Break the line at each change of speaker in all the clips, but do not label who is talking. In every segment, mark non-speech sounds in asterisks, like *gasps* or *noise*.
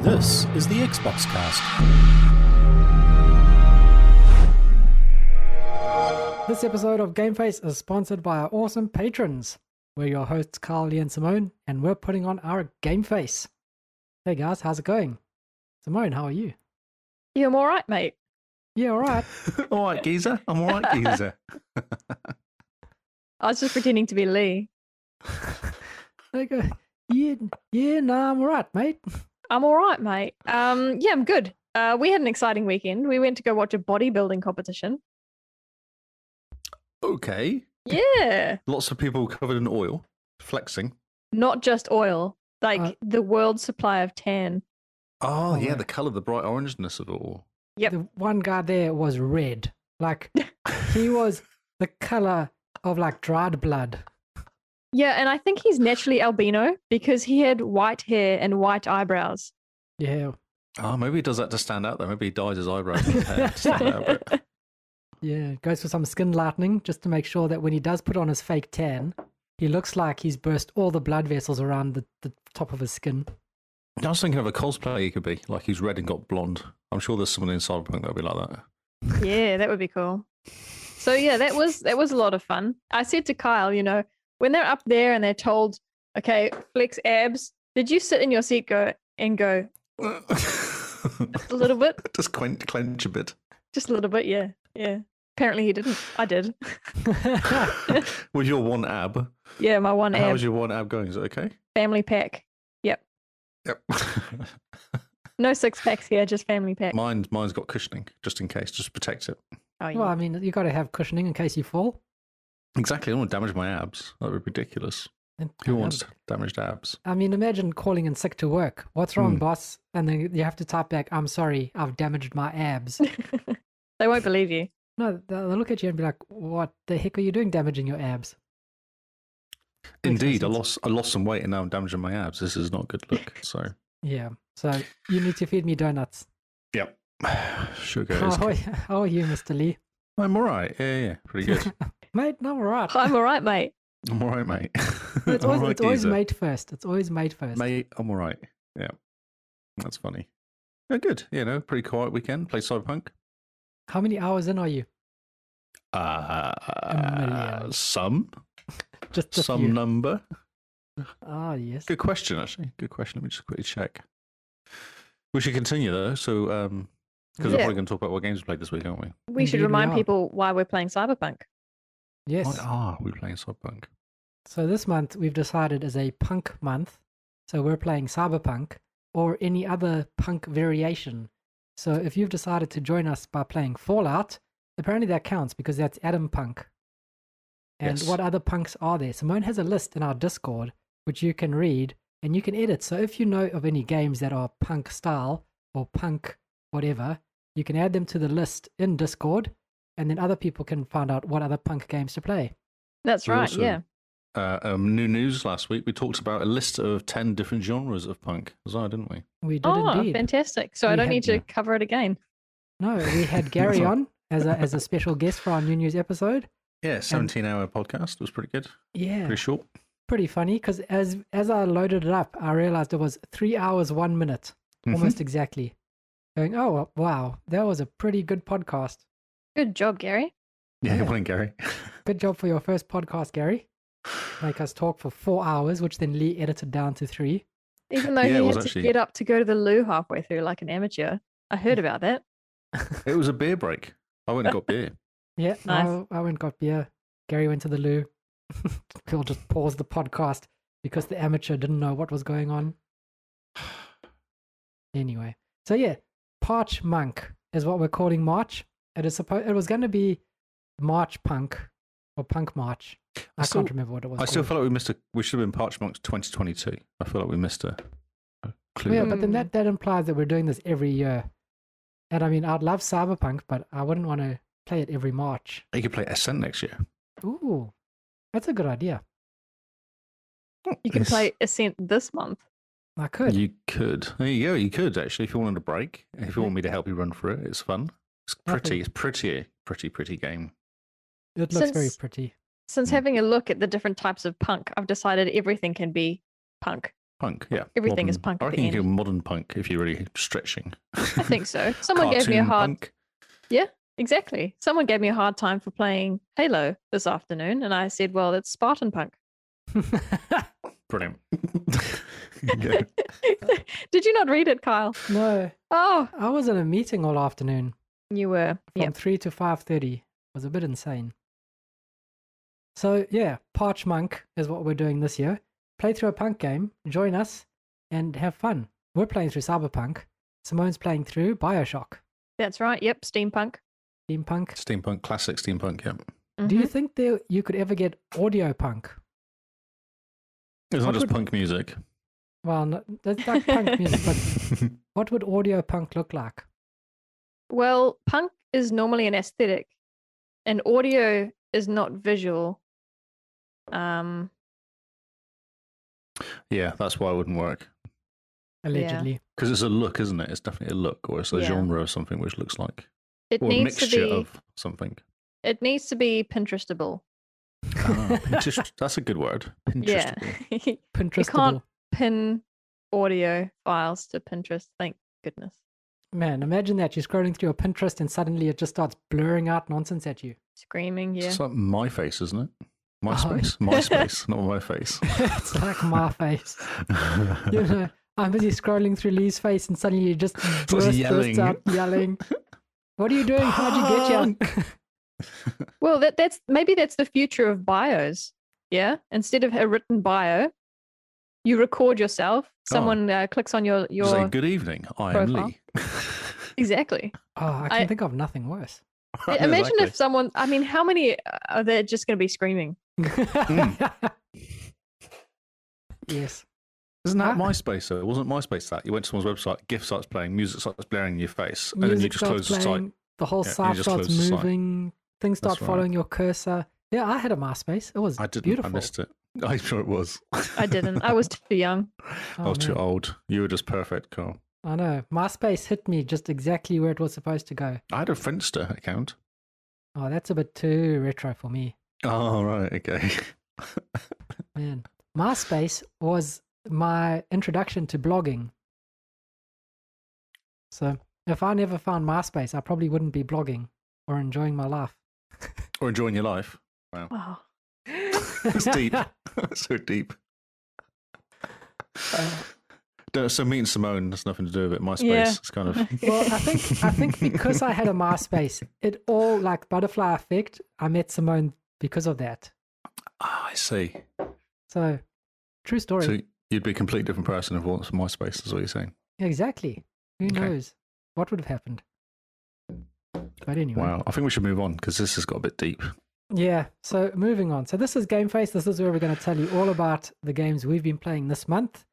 This is the Xbox Cast.
This episode of Game Face is sponsored by our awesome patrons. We're your hosts, Carly and Simone, and we're putting on our Game Face. Hey guys, how's it going? Simone, how are you?
Yeah, I'm all right, mate.
Yeah, all right.
all right, geezer. I'm all
*laughs*
right, geezer.
I was just pretending to be Lee.
They go, yeah, yeah, nah, I'm all right, mate.
I'm all right, mate. Um, yeah, I'm good. Uh, we had an exciting weekend. We went to go watch a bodybuilding competition.
Okay.
Yeah,
Lots of people covered in oil, flexing.
not just oil, like
Uh,
the world supply of tan.
Oh,
Oh,
yeah,
right.
the colour, the bright orangeness of it all.
Yep.
The one guy there was red. Like, he was the color of like dried blood.
Yeah, and I think he's naturally albino because he had white hair and white eyebrows.
Yeah,
Oh, maybe he does that to stand out, though. Maybe he dyes his eyebrows with hair to stand
*laughs*
out. a bit.
yeah. Goes for some skin lightening just to make sure that when he does put on his fake tan, he looks like he's burst all the blood vessels around the, the top of his skin.
I was thinking of a cosplay he could be, like he's red and got blonde. I'm sure there's someone in Cyberpunk that'll be like that.
yeah, that would be cool. So yeah, that was that was a lot of fun. I said to Kyle, you know, when they're up there and they're told, okay, flex abs, did you sit in your seat go and go *laughs* a little bit?
*laughs* Just clench, clench a bit.
Just a little bit, yeah. Yeah. Apparently he didn't. I did.
was your one ab?
yeah, my one
*laughs* How
ab
was your one ab going? Is it okay?
family pack.
*laughs* Yep.
No six packs here, just family pack.
mine's, mine's got cushioning, just in case, just to protect it.
oh, yeah.
Well, I mean, you got to have cushioning in case you fall.
Exactly. I don't want to damage my abs. That would be ridiculous.
And-
Who
um,
wants damaged abs?
I mean, imagine calling in sick to work. What's wrong,
Hmm.
boss? And then you have to type back, "I'm sorry, I've damaged my abs."
they won't believe you. *laughs*
no, they'll they'll look at you and be like, "What the heck are you doing, damaging your abs?" no
Indeed, I
sense.
lost I lost some weight and now I'm damaging my abs. This is not good look. So,
Yeah. So you need to feed me
*laughs*
donuts.
*sighs* yep,
*laughs*
sugar is.
How are,
king.
you, how are you, Mr. Lee?
I'm all right. Yeah, yeah, pretty good.
Mate, no, we're right.
I'm all right, mate.
I'm all right, mate.
No, It's
*laughs* I'm all
always,
right,
it's always
geezer.
mate first. It's always mate first.
Mate, I'm all right. Yeah, that's funny. Yeah, good. You know, pretty quiet weekend. Play cyberpunk.
How many hours in are you?
Uh,
million.
some
Just, just
some
you.
number.
Ah, yes.
Good question, actually. Good question. Let me just quickly check. We should continue though. So, um, because we're
Yeah.
probably going to talk about what games we played this week, aren't we?
We should
Indeed we
remind
are.
people why we're playing Cyberpunk.
Yes.
What are we playing cyberpunk?
So this month we've decided is a punk month. So we're playing cyberpunk or any other punk variation. So if you've decided to join us by playing Fallout, apparently that counts because that's Adam Punk. And
Yes.
what other punks are there? Simone has a list in our Discord which you can read and you can edit. So if you know of any games that are punk style or punk whatever, you can add them to the list in Discord and then other people can find out what other punk games to play.
That's
We
right,
also-
yeah.
uh, um, new news last week. We talked about a list of 10 different genres of punk as well, didn't we?
We did
Oh,
indeed.
fantastic. So I
We
don't
had-
need to
yeah.
cover it again.
No, we had Gary on as a as a special guest for our New News episode.
Yeah, 17 hour podcast was pretty good,
Yeah,
pretty short.
*laughs*
pretty funny because as as I loaded it up, I realized it was three hours one minute,
Mm-hmm.
almost exactly. Going, oh wow, that was a pretty good podcast.
Good job, Gary.
*laughs* Yeah,
Yeah.
good morning, Gary.
Good job for your first podcast, Gary. Make us talk for four hours, which then Lee edited down to three.
Even though
Yeah,
he
it was
had
actually-
to get up to go to the loo halfway through like an amateur. I heard about that.
It was a beer break. I went and
*laughs*
got beer.
Yeah,
Nice.
I, I went and got beer. Gary went to the loo. *laughs* Phil just paused the podcast because the amateur didn't know what was going on. *sighs* Anyway, so yeah, Parch Monk is what we're calling March. It is supposed. It was going to be March Punk or Punk March. I,
still-
can't remember what it was.
I still
called.
feel like we missed a, we should have been Parch Monks 2022. I feel like we missed a, a clue.
yeah,
there.
but then that, that implies that we're doing this every year. And I mean, I'd love Cyberpunk, but I wouldn't want to play it every March.
You could play Ascent next year.
Ooh, that's a good idea.
You can
Yes.
play Ascent this month.
I could.
You could. There you go. You could actually, if you wanted a break, if you want me to help you run through it, it's fun. It's
I think-
pretty. It's pretty, pretty, pretty game.
It looks very
Since-
pretty. *laughs*
Since
Mm.
having a look at the different types of punk, I've decided everything can be punk.
Punk, yeah.
Everything is
modern-
punk at
I
the
reckon you
end.
can modern punk if you're really stretching.
I
*laughs*
think so. Someone gave me a hard exactly. Someone gave me a hard time for playing Halo this afternoon, and I said, "Well, it's Spartan Punk."
*laughs* Brilliant. yeah.
*laughs* Did you not read it, Kyle?
no,
Oh,
I was in a meeting all afternoon
you were.
from
Yeah.
three to five thirty. It was a bit insane. So yeah, Parch Monk is what we're doing this year. Play through a punk game, join us, and have fun. We're playing through Cyberpunk. Simone's playing through Bioshock.
That's right. Yep, steampunk.
Steampunk.
*laughs* Steampunk, classic steampunk, yeah.
Do you
Mhm.
think there you could ever get audio punk?
It's
What
not just
would-
punk music. *laughs*
Well, no, that's like *laughs* punk music, but what would audio punk look like?
Well, punk is normally an aesthetic, and audio is not visual. Um,
yeah, that's why it wouldn't work.
Allegedly,
Because it's a look, isn't it? It's definitely a look, or it's a
Yeah.
genre of something which looks like,
it
or a
needs to
mixture
be.
of something.
It needs to be Pinterestable.
*laughs*
Ah, Pinterest, *laughs* that's a good word.
Yeah, *laughs*
Pinterest.
Pinterestable.
pin audio files to Pinterest. Thank goodness.
Man, imagine that you're scrolling through your Pinterest and suddenly it just starts blurring out nonsense at you. *laughs*
Screaming, yeah.
It's like my face, isn't it?
Oh.
*laughs*
MySpace. MySpace, not my face.
it's like
*laughs*
my face. You know, I'm busy scrolling through Lee's face and suddenly you just burst, burst
yelling.
out yelling. What are you doing?
*laughs*
How'd you get here?
Well, that that's maybe that's the future of bios. Yeah, instead of a written bio, you record yourself. Someone uh, clicks on your your
Say, good evening. I am
profile.
Lee.
*laughs* exactly.
Oh, I can
I-
think of nothing worse.
I-
*laughs*
Imagine if someone. I mean, how many uh, are there just going to be screaming?
Hmm.
*laughs* yes.
Isn't
I-
that MySpace though? Wasn't MySpace that? You went to someone's website, GIF starts playing, music starts blaring in your face, and then you
Music
just close
starts
the site.
playing. The whole
Yeah, you
site
just
starts
close the site.
moving. Things start
That's right.
following your cursor. Yeah, I had a MySpace. It was
I didn't.
beautiful.
I missed it. *laughs* I'm sure it was. *laughs*
I didn't. I was too young.
I was too
Oh, man.
old. You were just perfect, Carl.
I know. MySpace hit me just exactly where it was supposed to go.
I had a Friendster account.
Oh, that's a bit too retro for me.
Oh right, okay. *laughs*
Man, MySpace was my introduction to blogging. So if I never found MySpace, I probably wouldn't be blogging or enjoying my life.
or enjoying your life. *laughs*
Wow.
*laughs*
That's deep. so deep. Don't- so me and Simone has nothing to do with it. MySpace.
Yeah.
It's kind of
*laughs* Well, I think I think because I had a MySpace, it all like butterfly effect. I met Simone because of that.
*laughs* Ah, I see.
So true story.
So you'd be a complete different person if it wasn't for MySpace. Is what you're saying?
Exactly. Who
Okay.
knows what would have happened? But anyway.
Wow. I think we should move on because this has got a bit deep.
Yeah. So moving on. So this is Game Face. This is where we're going to tell you all about the games we've been playing this month,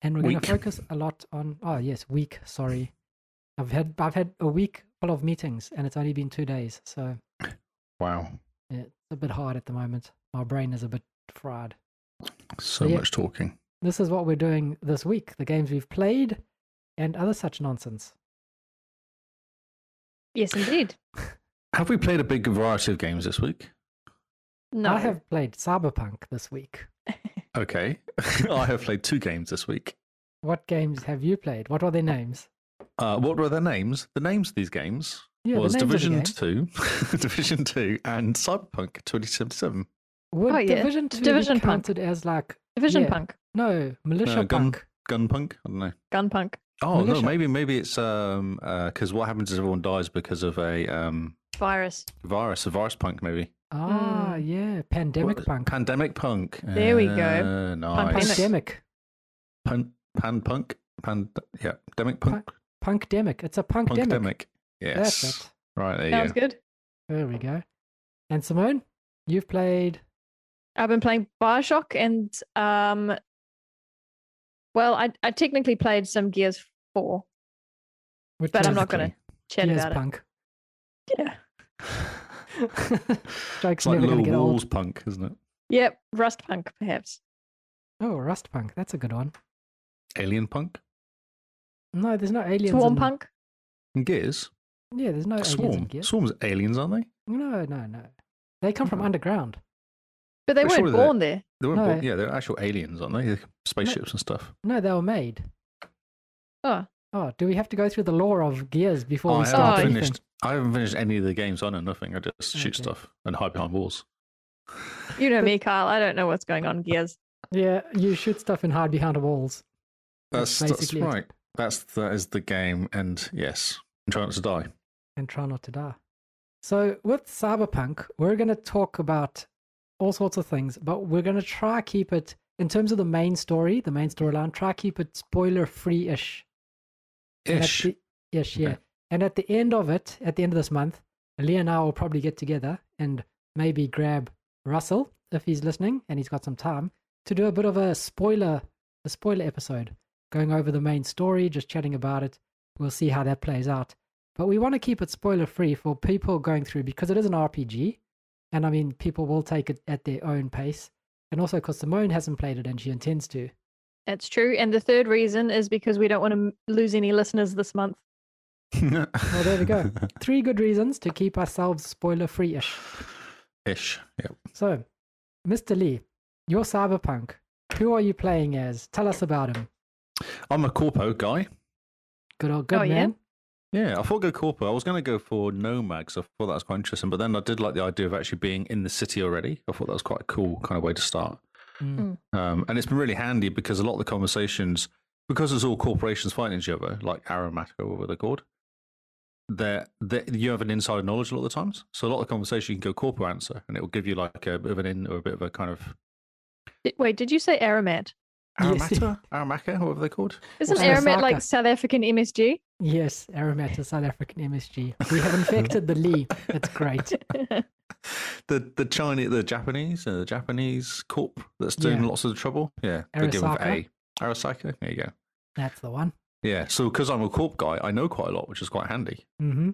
and we're going
Week.
to focus a lot on. Oh yes, week. Sorry, I've had I've had a week full of meetings, and it's only been two days, so
Wow.
yeah, it's a bit hard at the moment. My brain is a bit fried.
So
Yeah.
much talking.
This is what we're doing this week: the games we've played, and other such nonsense.
Yes, indeed.
Have we played a big variety of games this week?
No.
I have played Cyberpunk this week.
Okay. *laughs* I have played two games this week.
What games have you played? What are their names?
Uh, what were their names? The names of these games
Yeah, the
was
names of the
Division
games.
Two, *laughs* Division Two, and Cyberpunk 2077.
Would
Oh, yeah.
Division Two
Division
be
Punk.
counted as like
Division
yeah.
punk,
No, militia
No, gun-
punk.
Gunpunk? I don't know.
gun punk.
Oh
Militia.
no, maybe maybe it's um because what happens is everyone dies because of a um
virus.
virus, a virus punk maybe.
Ah,
Mm.
yeah, pandemic
What-
punk.
Pandemic punk.
There we go.
Uh, nice.
Pandemic.
Pandemic.
Pan, pan punk. Pan yeah. Demic punk.
Punkdemic. It's a punkdemic.
Punkdemic. Yes.
That's it.
Right there
Sounds
you
good.
There we go. And Simone, you've played.
I've been playing Bioshock and um well, I I technically played some Gears four.
Which
But I'm
is
not gonna Chat
Gears
about
punk.
it. Yeah.
*laughs*
Joke's
It's
never
like
gonna
little
get old.
walls punk, isn't it?
Yep, Rust Punk perhaps.
*laughs* Oh, rust punk. That's a good one.
Alien punk.
No, there's no aliens.
Swarm
in-
Punk.
And gears.
Yeah, there's no aliens in
Swarm.
oh, Gears.
Swarm's aliens, aren't they?
No, no, no. They come from
No.
underground.
But they
But
weren't
surely they-
born there.
They weren't
No.
born- yeah, they're actual aliens, aren't they? They're Spaceships and stuff.
No, they were made.
Oh.
Oh, do we have to go through the lore of gears before
I
we
haven't
start?
Oh,
anything?
finished. I haven't finished any of the games on or nothing. I just shoot
Okay.
stuff and hide behind walls.
You know me, Kyle. I don't know what's going on in Gears.
Yeah, you shoot stuff and hide behind walls.
That's that's
basically it.
right. That's that is the game, and yes, I'm trying not to die.
and try not to die. So with cyberpunk, we're going to talk about all sorts of things, but we're going to try keep it in terms of the main story, the main storyline. Try keep it spoiler free ish.
Ish. *laughs*
Ish,
Okay.
yeah. And at the end of it, at the end of this month, Lee and I will probably get together and maybe grab Russell if he's listening and he's got some time to do a bit of a spoiler, a spoiler episode, going over the main story, just chatting about it. We'll see how that plays out. But we want to keep it spoiler free for people going through because it is an RPG. And I mean, people will take it at their own pace. And also because Simone hasn't played it and she intends
*laughs*
to.
That's true. And the third reason is because we don't want to lose any listeners this month.
well,
there we go. Three good reasons to keep ourselves spoiler free ish.
Ish. Yep.
So, Mr. Lee, you're cyberpunk. Who are you playing as? Tell us about him.
I'm a corpo guy.
Good old good
Oh, yeah?
man.
Yeah, I thought go corpo. I was going to go for nomad 'cause I thought that was quite interesting. But then I did like the idea of actually being in the city already. I thought that was quite a cool kind of way to start.
Mm.
Um, and it's been really handy because a lot of the conversations, because it's all corporations fighting each other, like Aromatica or whatever they're called, they're, they you have an inside knowledge a lot of the times. So a lot of the conversation you can go corpo answer, and it will give you like a bit of an in or a bit of a kind of
Di- Wait, did you say Aramat?
Yes.
Aromata, Aramaca, whatever they're called.
Isn't
Also
Aramat
Osaka.
like South African *laughs* MSG?
Yes, Aromat is South African MSG. We have infected the Lee. That's
*laughs*
great.
The the Chinese, the Japanese, uh, the Japanese corp that's doing
Yeah.
lots of the trouble. Yeah, they're giving for
Arasaka.
A. Arasaka, there you go.
That's the one.
Yeah, so because I'm a corp guy, I know quite a lot, which is quite handy.
Mm-hmm.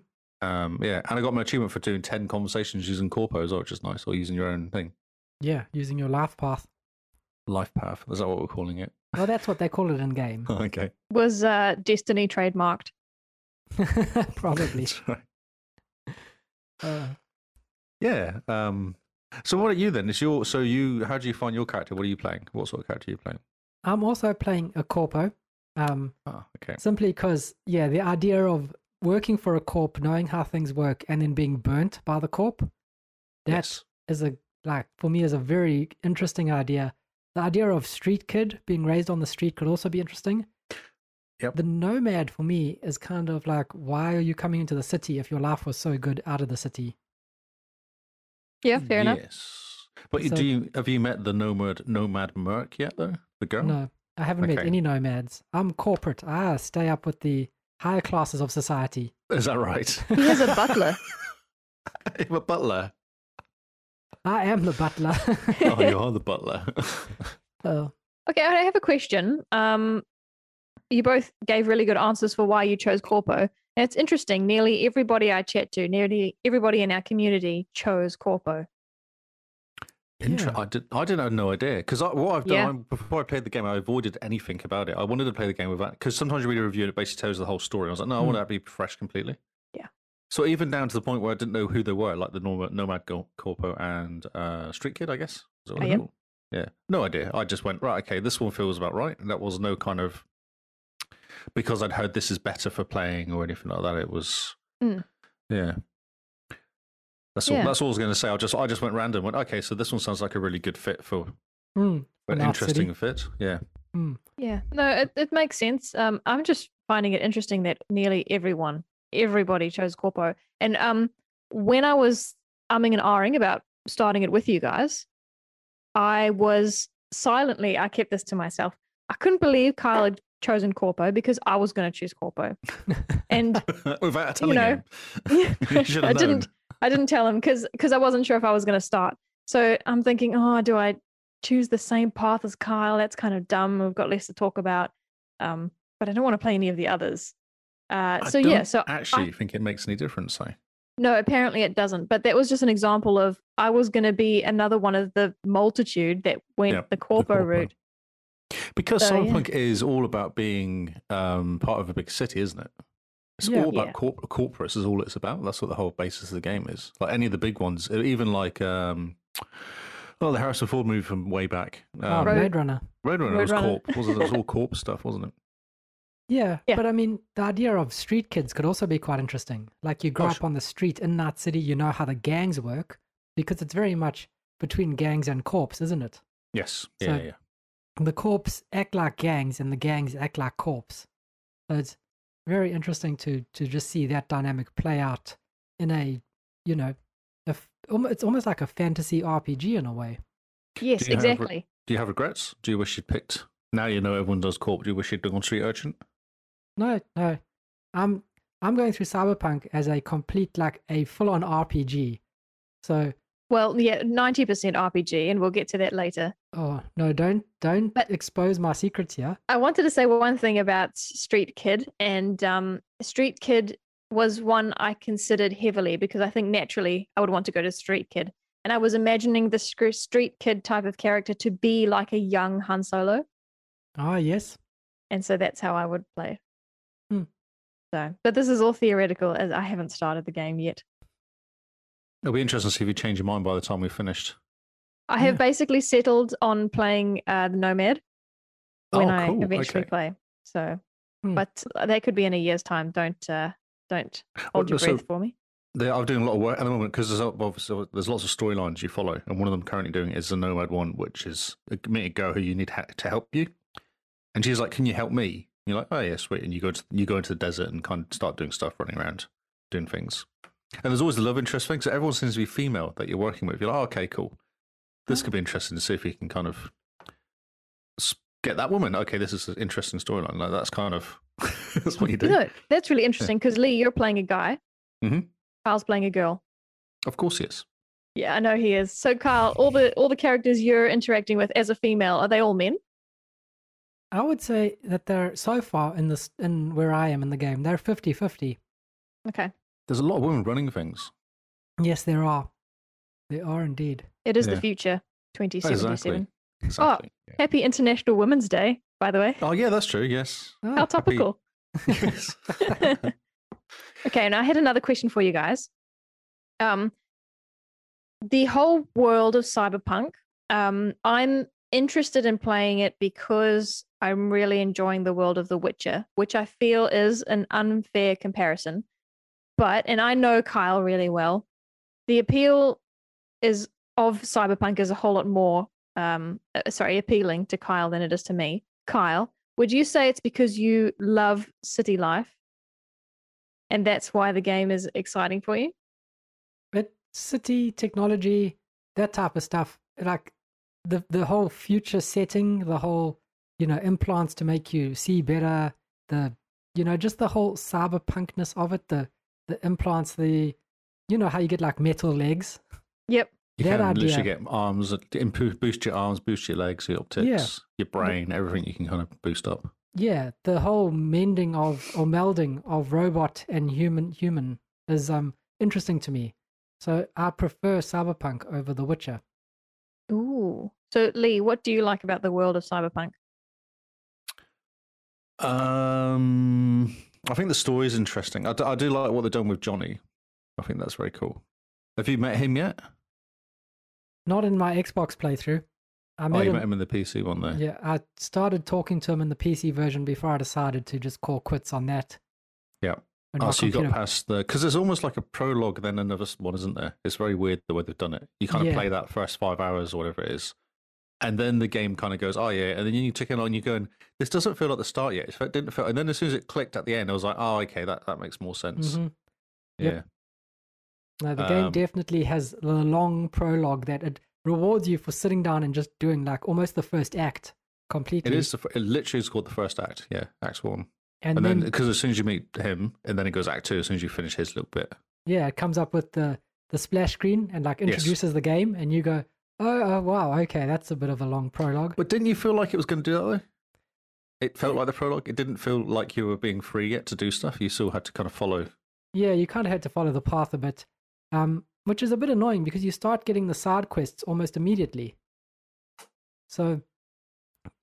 Um, yeah, and I got my achievement for doing ten conversations using Corpo as well, which is nice, or using your own thing,
Yeah, using your life path.
life path. Is that what we're calling it? *laughs*
Well, that's what they call it in game. *laughs*
okay,
Was uh, Destiny trademarked? *laughs*
Probably.
Sorry.
Uh,
yeah. Um, so what are you then? Is your so you? How do you find your character? What are you playing? What sort of character are you playing?
I'm also playing a corpo. Um,
Ah, okay.
Simply because, yeah, the idea of working for a corp, knowing how things work, and then being burnt by the corp, that is
yes.
a like for me is a very interesting idea. The idea of street kid being raised on the street could also be interesting.
Yep.
The nomad for me is kind of like, why are you coming into the city if your life was so good out of the city?
Yeah, fair enough.
Yes. But you
So-
do you have you met the nomad nomad merc yet though? The girl?
No, I haven't met
Okay.
any nomads. I'm corporate. I stay up with the higher classes of society.
Is that right? *laughs*
He has a butler.
you have a butler.
I am the butler.
Oh, *laughs* you are the butler.
*laughs* Oh.
Okay, I have a question. Um, you both gave really good answers for why you chose Corpo. And it's interesting. Nearly everybody I chat to, nearly everybody in our community chose Corpo.
Inter-
Yeah.
I did. I didn't have no idea because what I've done
Yeah.
I- before I played the game, I avoided anything about it. I wanted to play the game without because sometimes you read a review and it basically tells you the whole story. I was like, no, I want
Hmm.
that to be fresh completely.
Yeah.
So even down to the point where I didn't know who they were, like the Nomad, nomad Gor- Corpo and uh, Street Kid, I guess. Is that what they're
Yep.
called? Yeah. No idea. I just went right. Okay, this one feels about right. And that was no kind of because I'd heard this is better for playing or anything like that. It was.
Mm.
Yeah. That's all.
Yeah.
That's all I was going to say. I just I just went random. Went okay. So this one sounds like a really good fit for
Mm. An
an
art city.
interesting fit.
*laughs*
Yeah. *laughs*
Yeah. No, it, it makes sense. Um, I'm just finding it interesting that nearly everyone, everybody chose Corpo. And um, when I was umming and ahhing about starting it with you guys, I was silently, I kept this to myself. I couldn't believe Kyle had chosen Corpo because I was going to choose Corpo. and
Without telling
know,
him, *laughs*
*laughs*
you should
I
have known.
didn't- I didn't tell him because I wasn't sure if I was going to start. So I'm thinking, oh, do I choose the same path as Kyle? That's kind of dumb. We've got less to talk about. Um, but I don't want to play any of the others. Uh,
I
so yeah,
don't
so
actually, think it makes any difference. though.
no, apparently it doesn't. But that was just an example of I was going to be another one of the multitude that went
Yeah,
the corpo
corpo.
route.
because
So, yeah.
cyberpunk is all about being um, part of a big city, isn't it? It's
Yeah.
all about
Yeah.
corp- corporates is all it's about. That's what the whole basis of the game is. Like any of the big ones, even like uh, um, Oh, the Harrison Ford movie from way back.
*laughs* oh,
Um,
Road-
Blade Runner.
Roadrunner was
Roadrunner.
corp, wasn't it? It was
*laughs*
all corp stuff, wasn't it?
Yeah,
Yeah.
but I mean, the idea of street kids could also be quite interesting. Like you grow
Oh,
up
sure.
on the street in Night City, you know how the gangs work because it's very much between gangs and corps, isn't it?
Yes.
So-
Yeah, yeah.
The corps act like gangs, and the gangs act like corps. So it's very interesting to to just see that dynamic play out in a, you know, a f- almo- it's almost like a fantasy RPG in a way.
Yes,
Do you have re-
exactly.
Do you have regrets? Do you wish you'd picked? Now you know everyone does corp. Do you wish you'd done Street Urchin?
No, no. I'm I'm going through Cyberpunk as a complete like a full on RPG. So
Well, yeah, 90% RPG, and we'll get to that later.
oh no, don't don't
But-
expose my secrets here.
I wanted to say one thing about S- Street Kid, and um, Street Kid was one I considered heavily because I think naturally I would want to go to Street Kid. And I was imagining the scr- Street Kid type of character to be like a young Han Solo.
Ah yes.
And so that's how I would play.
Hmm.
So, but this is all theoretical as I haven't started the game yet.
It'll be interesting to see if you change your mind by the time we've finished.
I have
Yeah.
basically settled on playing uh, the Nomad when
Oh,
I eventually play. So,
Hmm.
but that could be in a year's time. Don't uh, don't hold
Well,
your
so-
breath for me.
They, I'm doing a lot of work at the moment because there's obviously there's lots of storylines you follow, and one of them currently doing is the Nomad one, which is a minute girl who you need ha- to help you, and she's like, "Can you help me?" And you're like, "Oh yeah, sweet," and you go to, you go into the desert and kind of start doing stuff, running around, doing things, and there's always the love interest thing. So everyone seems to be female that you're working with. You're like, oh, "Okay, cool, this could be interesting to see if you can kind of s- get that woman." Okay, this is an interesting storyline. Like that's kind of *laughs* that's what you do.
No, that's really interesting because Lee, you're playing a guy.
Mhm.
Kyle's playing a girl.
Of course, yes.
Yeah, I know he is. So, Kyle, all the all the characters you're interacting with as a female are they all men?
I would say that they're so far in this in where I am in the game, they're 50-50.
Okay,
There's a lot of women running things.
Yes, there are. There are indeed.
it is the
Yeah.
future, 2077.
Exactly. Exactly. Yeah.
Happy International Women's Day, by the way.
Oh yeah, that's true. Yes.
Oh,
How
happy-
topical.
yes.
*laughs* okay, now I had another question for you guys. Um, the whole world of cyberpunk, um, I'm interested in playing it because I'm really enjoying the world of The Witcher, which I feel is an unfair comparison. But, and I know Kyle really well, the appeal is of cyberpunk is a whole lot more, um, uh, sorry, appealing to Kyle than it is to me. Kyle, would you say it's because you love city life and that's why the game is exciting for you?
but city technology that type of stuff like the the whole future setting the whole you know implants to make you see better the you know just the whole cyberpunkness of it the the implants the you know how you get like metal legs
Yep.
*laughs* You
That
can literally
idea.
get arms, improve, boost your arms, boost your legs, your optics, your brain, everything you can kind of boost up.
yeah the whole mending of or melding of robot and human human is um interesting to me so i prefer cyberpunk over the witcher
Ooh. So Lee, what do you like about the world of cyberpunk?
Um, I think the story is interesting. I do, I do like what they've done with Johnny. I think that's very cool. Have you met him yet?
not in my xbox playthrough i
oh,
made
you
an
met him in the PC one there.
Yeah, I started talking to him in the PC version before I decided to just call quits on that.
Yeah.
And
Oh,
my
so you got
computer-
past the because there's almost like a prologue, then another s- one, isn't there? It's very weird the way they've done it. You kind of
Yeah.
play that first five hours or whatever it is, and then the game kind of goes, oh yeah, and then you tick along, you're going, this doesn't feel like the start yet. It fe- didn't feel, and then as soon as it clicked at the end, I was like, oh okay, that that makes more sense.
Mhm.
Yeah,
Yep. No, the game
Um,
definitely has the long prologue that it rewards you for sitting down and just doing like almost the first act completely.
it is. The, fir- it literally is called the first act. Yeah, act one,
and,
and, then
then
because as soon as you meet him, and then it goes act two as soon as you finish his little bit.
yeah, it comes up with the the splash screen and like
Yes.
introduces the game, and you go, oh, oh wow, okay, that's a bit of a long prologue.
But didn't you feel like it was going to do that though? It felt like the prologue. It didn't feel like you were being free yet to do stuff. You still had to kind of follow
Yeah, you kind of had to follow the path a bit, um, which is a bit annoying because you start getting the side quests almost immediately. So,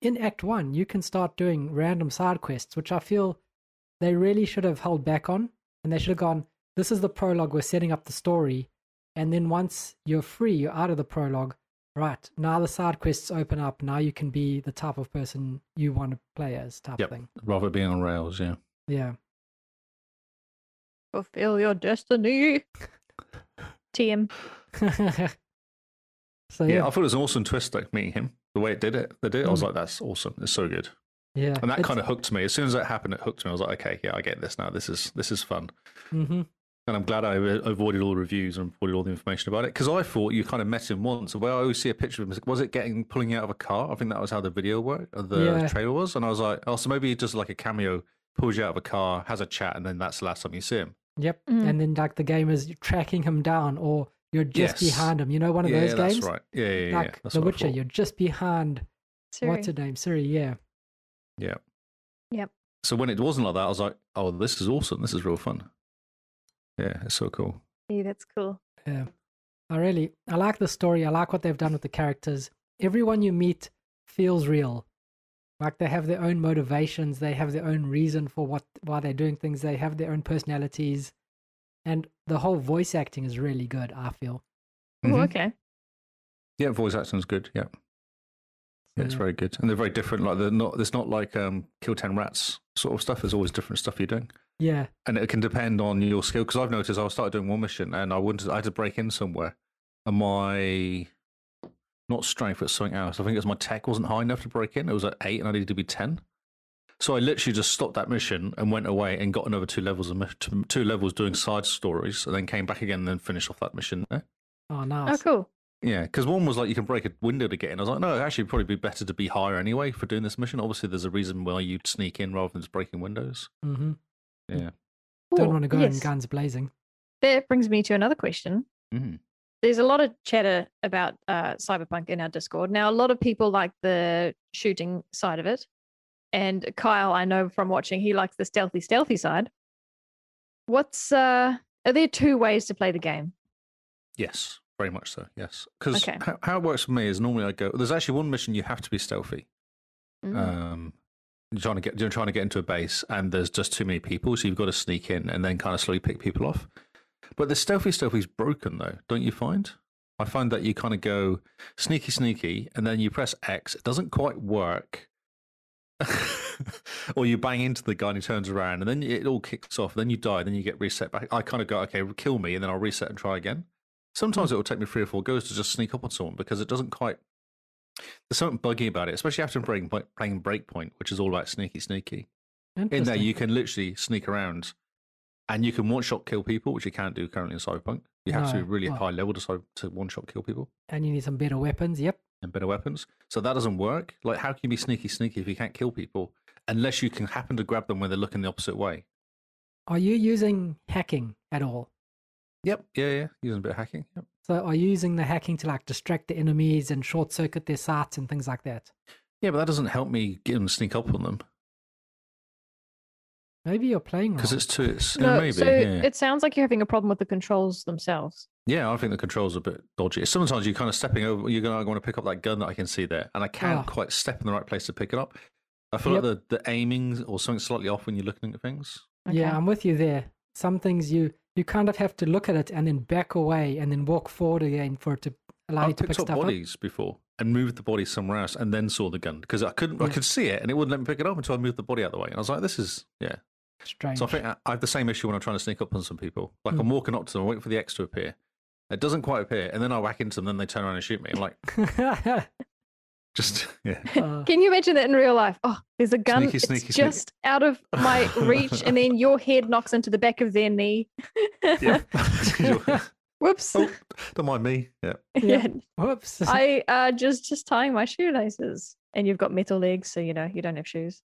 in Act One, you can start doing random side quests, which I feel they really should have held back on, and they should have gone, "This is the prologue. We're setting up the story," and then once you're free, you're out of the prologue. Right. Now the side quests open up. Now you can be the type of person you want to play as type
Yep.
thing.
rather than being on rails. Yeah,
Yeah. *laughs*
Fulfill your destiny. TM.
so
yeah.
yeah. Mm.
I thought it was an awesome twist, like meeting him. The way it did it, they did. It, I was like, that's awesome. It's so good,
Yeah.
and that kind of hooked me. As soon as that happened, it hooked me. I was like, okay, yeah, I get this now. This is this is fun.
hmm
And I'm glad I re- avoided all the reviews and avoided all the information about it because I thought you kind of met him once. The way I always see a picture of him is, was it getting pulling out of a car? I think that was how the video worked, uh, the
Yeah.
trailer was. And I was like, oh, so maybe he does like a cameo, pulls you out of a car, has a chat, and then that's the last time you see him.
Yep.
Mm.
And then like the game is tracking him down, or you're just
Yes.
behind him. You know, one of
yeah,
those
that's
games,
right. Yeah, yeah, yeah.
like
yeah. That's
The
what I
Witcher.
thought.
You're just behind
Sorry.
what's her name, Siri. Yeah.
So when it wasn't like that, I was like, oh, this is awesome. This is real fun. Yeah, it's so cool.
Hey, that's cool.
Yeah. I really I like the story. I like what they've done with the characters. Everyone you meet feels real. Like they have their own motivations, they have their own reason for what why they're doing things, they have their own personalities. And the whole voice acting is really good, I feel. Mm-hmm.
Oh,
Mhm.
okay.
Yeah, voice acting's good. Yeah. Yeah, it's
Yeah.
very good, and they're very different. Like they're not. It's not like um, kill ten rats sort of stuff. There's always different stuff you're doing.
Yeah.
and it can depend on your skill. Because I've noticed I started doing one mission, and I wanted I had to break in somewhere, and my not strength, but something else. I think it was my tech wasn't high enough to break in. It was at eight, and I needed to be ten. So I literally just stopped that mission and went away and got another two levels of mis- two- two levels doing side stories, and then came back again and then finished off that mission there.
Oh nice.
Oh, cool.
Yeah, because one was like you can break a window to get in. I was like, no, actually, it'd probably be better to be higher anyway for doing this mission. Obviously, there's a reason why you'd sneak in rather than just breaking windows.
hmm
Yeah.
Don't
Ooh,
want to go in
yes.
guns blazing.
That brings me to another question.
Mm.
There's a lot of chatter about uh, cyberpunk in our Discord. Now, a lot of people like the shooting side of it. And Kyle, I know from watching, he likes the stealthy, stealthy side. What's, uh, are there two ways to play the game?
Yes, very much so. Yes, because
Okay.
how, how it works for me is normally I go. There's actually one mission you have to be stealthy.
Mm.
Uh,
Um, you're trying to get you're trying to get into a base, and there's just too many people, so you've got to sneak in and then kind of slowly pick people off. But the stealthy stealthy is broken though, don't you find? I find that you kind of go sneaky sneaky, and then you press X. It doesn't quite work. *laughs* or you bang into the guy and he turns around and then it all kicks off then you die then you get reset back i kind of go okay kill me and then i'll reset and try again sometimes it will take me three or four goes to just sneak up on someone because it doesn't quite. There's something buggy about it, especially after playing, playing Breakpoint, which is all about sneaky, sneaky. In there,
Interesting.
you can literally sneak around, and you can one shot kill people, which you can't do currently in Cyberpunk. You have to
No,
be really
well-
high level to cy- to one shot kill people
And you need some better weapons. Yep.
and better weapons. So that doesn't work. Like, how can you be sneaky, sneaky if you can't kill people unless you can happen to grab them when they're looking the opposite way?
Are you using hacking at all?
Yep. Yeah, yeah. Using a bit of hacking. Yep.
So are you using the hacking to like distract the enemies and short circuit their sights and things like that?
Yeah, but that doesn't help me get and sneak up on them
Maybe you're playing
because
wrong.
it's too. It's,
no,
maybe,
so
yeah.
it sounds like you're having a problem with the controls themselves.
Yeah, I think the controls are a bit dodgy. Sometimes you're kind of stepping over. You're going to want to pick up that gun that I can see there, and I can't
Ah.
quite step in the right place to pick it up. I feel like the, the aiming or something slightly off when you're looking at things.
Okay.
Yeah, I'm with you there. Some things you you kind of have to look at it and then back away and then walk forward again for it to allow you
I've
to pick
picked up
stuff up.
bodies before and moved the body somewhere else, and then saw the gun because I couldn't. I
Yeah.
could see it, and it wouldn't let me pick it up until I moved the body out of the way. And I was like, "This is yeah."
Strange.
So I think I, I have the same issue when I'm trying to sneak up on some people. Like
Hmm.
I'm walking up to them, I wait for the X to appear. It doesn't quite appear, and then I whack into them. Then they turn around and shoot me. I'm like, *laughs* just yeah.
*laughs* Uh,
Can you imagine that in real life? Oh, there's a gun.
Sneaky,
it's
sneaky, sneaky.
just out of
*laughs*
my reach, and then your head knocks into the back of their knee.
*laughs*
yeah.
*laughs*
*laughs*
Whoops. *laughs*
Oh, don't mind me. Yeah.
yeah.
whoops. *laughs*
I uh, just just tying my shoelaces, and you've got metal legs, so you know you don't have shoes.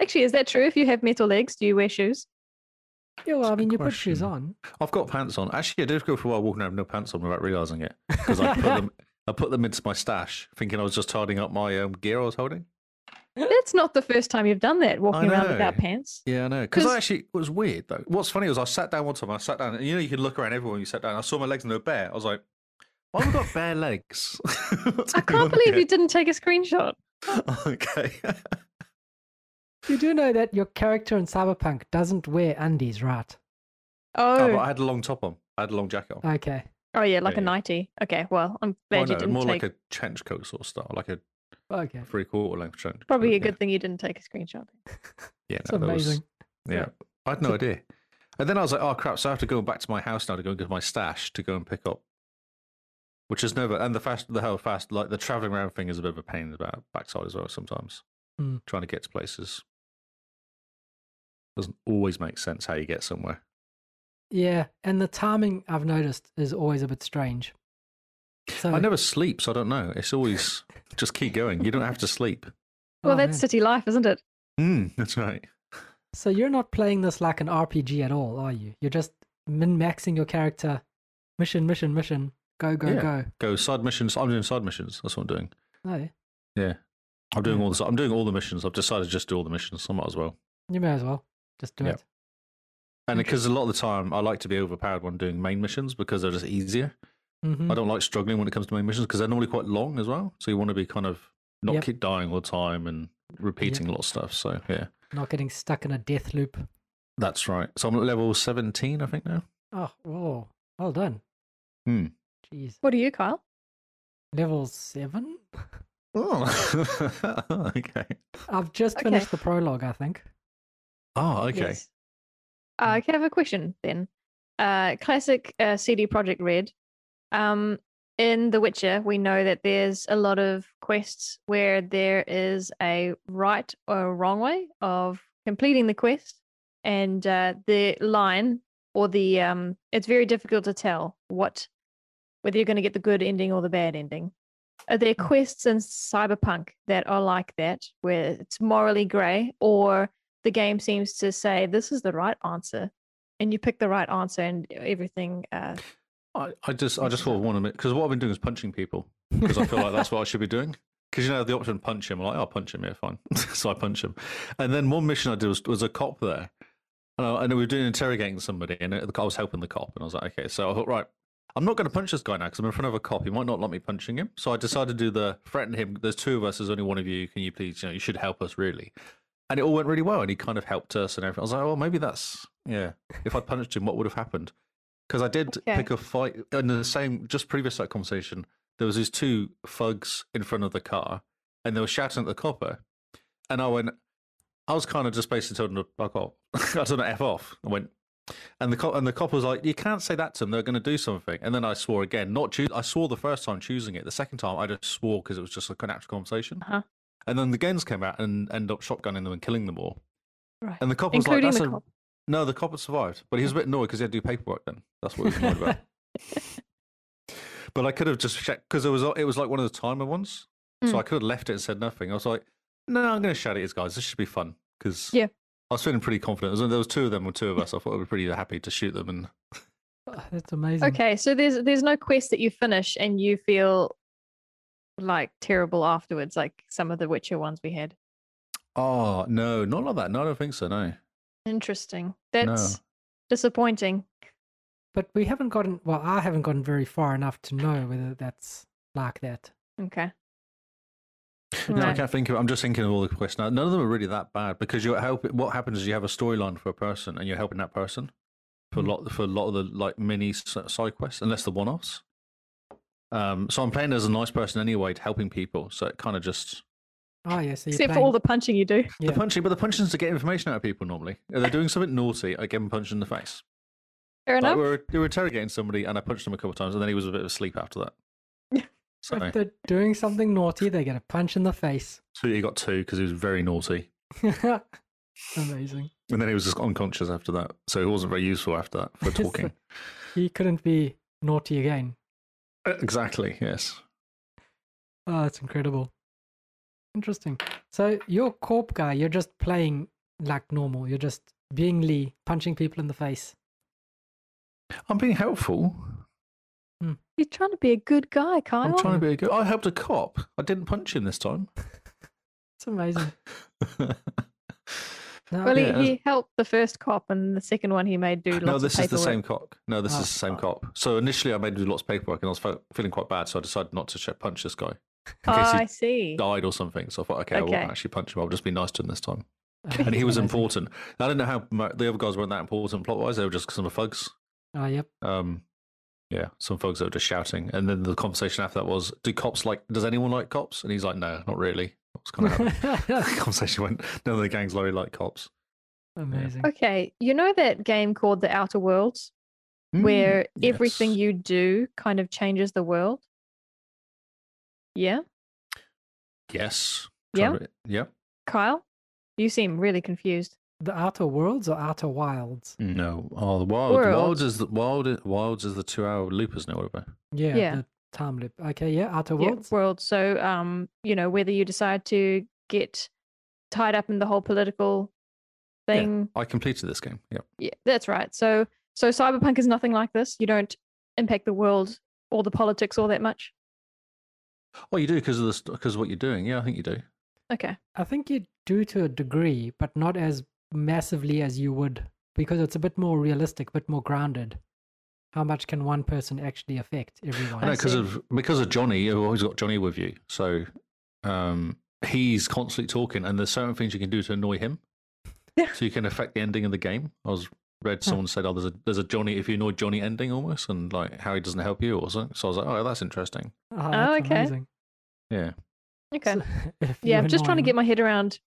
Actually, is that true? If you have metal legs, do you wear
*gasps*
shoes?
yeah, well, I
good
mean, you put shoes on.
I've got pants on. Actually, I did go for a while walking around with no pants on without realizing it because I put *laughs* them. I put them into my stash, thinking I was just tidying up my um, gear I was holding.
That's not the first time you've done that, walking around
know.
without
*laughs*
pants.
Yeah, I know. Because I
'Cause-
actually it was weird though. What's funny was I sat down one time. I sat down, and you know you can look around everywhere. when You sat down. I saw my legs and they were bare. I was like, "Why have I got bare legs?" *laughs*
I can't believe you didn't take a screenshot.
you. okay. *laughs*
You do know that your character in Cyberpunk doesn't wear undies, right?
Oh,
Oh, but I had a long top on. I had a long jacket on.
Okay.
Oh yeah, like
yeah.
a nighty. Okay, well, I'm glad
Well,
you
no,
didn't
more
take.
like a trench coat sort of style, like a
Okay.
three quarter length trench. coat,
Probably
yeah.
a good thing you didn't take a screenshot.
Yeah,
It's
no, that was-
amazing.
yeah, I had no idea. And then I was like, oh crap! So I have to go back to my house now to go and get my stash to go and pick up, which is never. And the fast, the hell fast, like the traveling around thing is a bit of a pain in the back- backside as well. Sometimes
Hmm.
trying to get to places doesn't always make sense how you get somewhere.
Yeah, and the timing I've noticed is always a bit strange. So
I never sleep, so I don't know. It's always *laughs* just keep going. You don't have to sleep.
Well,
oh,
that's
man.
city life, isn't it?
Mm, that's right.
so you're not playing this like an RPG at all, are you? You're just min maxing your character, mission, mission, mission, go, go,
Yeah.
go. Oh,
Go side missions. I'm doing side missions. That's what I'm doing.
No,
Yeah, I'm doing all the. I'm doing all the missions. I've decided to just do all the missions. I might as well.
you may as well just do
Yeah.
it.
And because a lot of the time I like to be overpowered when doing main missions because they're just easier.
Mm-hmm.
I don't like struggling when it comes to main missions because they're normally quite long as well. So you want to be kind of not
Yep.
keep dying all the time and repeating a lot of stuff. So yeah,
Not getting stuck in a death loop.
that's right. So I'm at level 17, I think now.
Oh, whoa, well done.
Hmm.
Jeez,
What are you, Kyle?
level seven. *laughs*
Oh, *laughs* okay.
I've just
Okay.
finished the prologue, I
*laughs*
think.
Oh, okay.
Yes. Uh, can I have a question then? Uh, classic uh, CD Project Red. Um, in The Witcher, we know that there's a lot of quests where there is a right or wrong way of completing the quest, and uh, the line or the um, it's very difficult to tell what whether you're going to get the good ending or the bad ending. Are there quests in Cyberpunk that are like that, where it's morally grey, or the game seems to say this is the right answer, and you pick the right answer, and everything. Uh,
I, I just I just thought of one minute because what I've been doing is punching people because I feel
*laughs*
like that's what I should be doing. Because you know the option punch him, I'm like I'll punch him, yeah, fine. *laughs* so I punch him, and then one mission I did was, was a cop there, and, I, and we were doing interrogating somebody, and I was helping the cop, and I was like, okay, so I thought right, I'm not going to punch this guy now because I'm in front of a cop, he might not like me punching him, so I decided to do the threaten him. There's two of us, there's only one of you. Can you please, you know, you should help us really, and it all went really well, and he kind of helped us and everything. I was like, well, maybe that's yeah. If I punched him, what would have happened? Because I did
Okay.
pick a fight in the same just previous to that conversation. There was these two thugs in front of the car, and they were shouting at the copper. And I went, I was kind of just basically told them to fuck off. *laughs* I told them to f off. I went, and the cop and the cop was like, you can't say that to them. They're going to do something. And then I swore again. Not choose. I swore the first time choosing it. The second time I just swore because it was just like an actual conversation.
Uh-huh.
And then the guns came out and end up shotgunning them and killing them all.
right.
And the cop was
Including
like, That's
the
a...
cop.
No, the cop had survived, but he was a bit annoyed because he had to do paperwork then. That's what he was
*laughs*
annoyed about. But I could have just checked because it was it was like one of the timer ones, so
Mm.
I could have left it and said nothing. I was like, no, I'm going to shout at these guys. This should be fun because
Yeah.
I was feeling pretty confident. There was- There was two of them or two of us. I thought I'd be pretty happy to shoot them, and
Oh, *laughs* that's amazing.
Okay, so there's there's no quest that you finish and you feel like terrible afterwards, like some of the Witcher ones we had.
oh no, not like that. No, I don't think so. No,
Interesting. That's disappointing.
But we haven't gotten, well, I haven't gotten very far enough to know whether that's like that.
Okay.
No, I
Right.
can't think of. I'm just thinking of all the questions. Now, none of them are really that bad because you're helping. What happens is you have a storyline for a person, and you're helping that person for a
Hmm.
lot for a lot of the like mini s- side quests, unless the one offs. Um, so I'm playing as a nice person anyway, to helping people. So it kind of just
Oh, yeah, so you're
Except
playing,
for all the punching you do.
Yeah.
the punching, but the punching is to get information out of people. Normally, if they're doing something naughty, I get them punched in the face.
Fair
Like
enough.
we were, we were interrogating somebody, and I punched him a couple of times, and then he was a bit of asleep after
Yeah.
that. So,
if they're doing something naughty, they get a punch in the face. *laughs*
so he got two because he was very naughty.
amazing.
And then he was just unconscious after that. So he wasn't very useful after that
*laughs*
for
*laughs* So-
talking.
He couldn't be naughty again.
Uh, exactly, yes.
Oh, that's incredible. Interesting. So your corp guy, you're just playing like normal. You're just being Lee, punching people in the face.
I'm being helpful.
You're trying to be a good guy, Kyle.
I'm trying to be a good. I helped a cop. I didn't punch him this time. *laughs*
It's amazing. No,
Well,
Yeah.
he, he helped the first cop, and the second one he made do lots
no,
of
this is the
paperwork.
same cop. No, this
Ah.
is the same cop. So initially, I made him do lots of paperwork, and I was fe- feeling quite bad, so I decided not to ch- punch this guy.
Oh,
In case
I
he
see.
died or something. So I thought, okay, I
Okay.
won't actually punch him. I'll just be nice to him
*laughs*
this time.
oh,
And he
that's
was
amazing.
important. I don't know how mo- the other guys weren't that important plot wise. They were just some thugs.
Oh, yep.
Um, Yeah, some folks that were just shouting, and then the conversation after that was, "Do cops like? Does anyone like cops?" And he's like, "No, not really." That was kind of
*laughs*
how the *laughs* conversation went. None of the gangs really like cops.
*laughs* Amazing.
Okay, you know that game called The Outer Worlds,
Mm,
where everything
yes.
you do kind of changes the world? Yeah,
Hmm, Yes.
Yeah?
Try to- Yeah.
Kyle? You seem really confused.
The Outer Worlds or Outer Wilds?
No. Oh, the wild.
World.
Wilds is the wild. Wilds is the two-hour loopers now, whatever.
Yeah,
Yeah.
the time loop. Okay, yeah, Outer
Yeah,
Worlds.
world. So, um, you know, whether you decide to get tied up in the whole political
Yeah.
thing
I completed this game. Yep.
Yeah, that's right. So so cyberpunk is nothing like this. You don't impact the world or the politics all that much.
Oh, you do because of this because of what you're doing. Yeah, I think you do.
Okay.
I think you do to a degree, but not as massively as you would because it's a bit more realistic, bit more grounded. How much can one person actually affect everyone?
I know because
see.
of because of Johnny, you've always got Johnny with you, so um, he's constantly talking, and there's certain things you can do to annoy him,
Yeah. Hmm.
so you can affect the ending of the game. I was read
Huh.
someone said, "Oh, there's a there's a Johnny if you annoy Johnny ending almost, and like how he doesn't help you or something." So I was like, "Oh, that's interesting."
*laughs* Oh, that's
okay.
amazing. *laughs*
Yeah,
Okay.
So if you
yeah, I'm just trying to
annoy
get my head around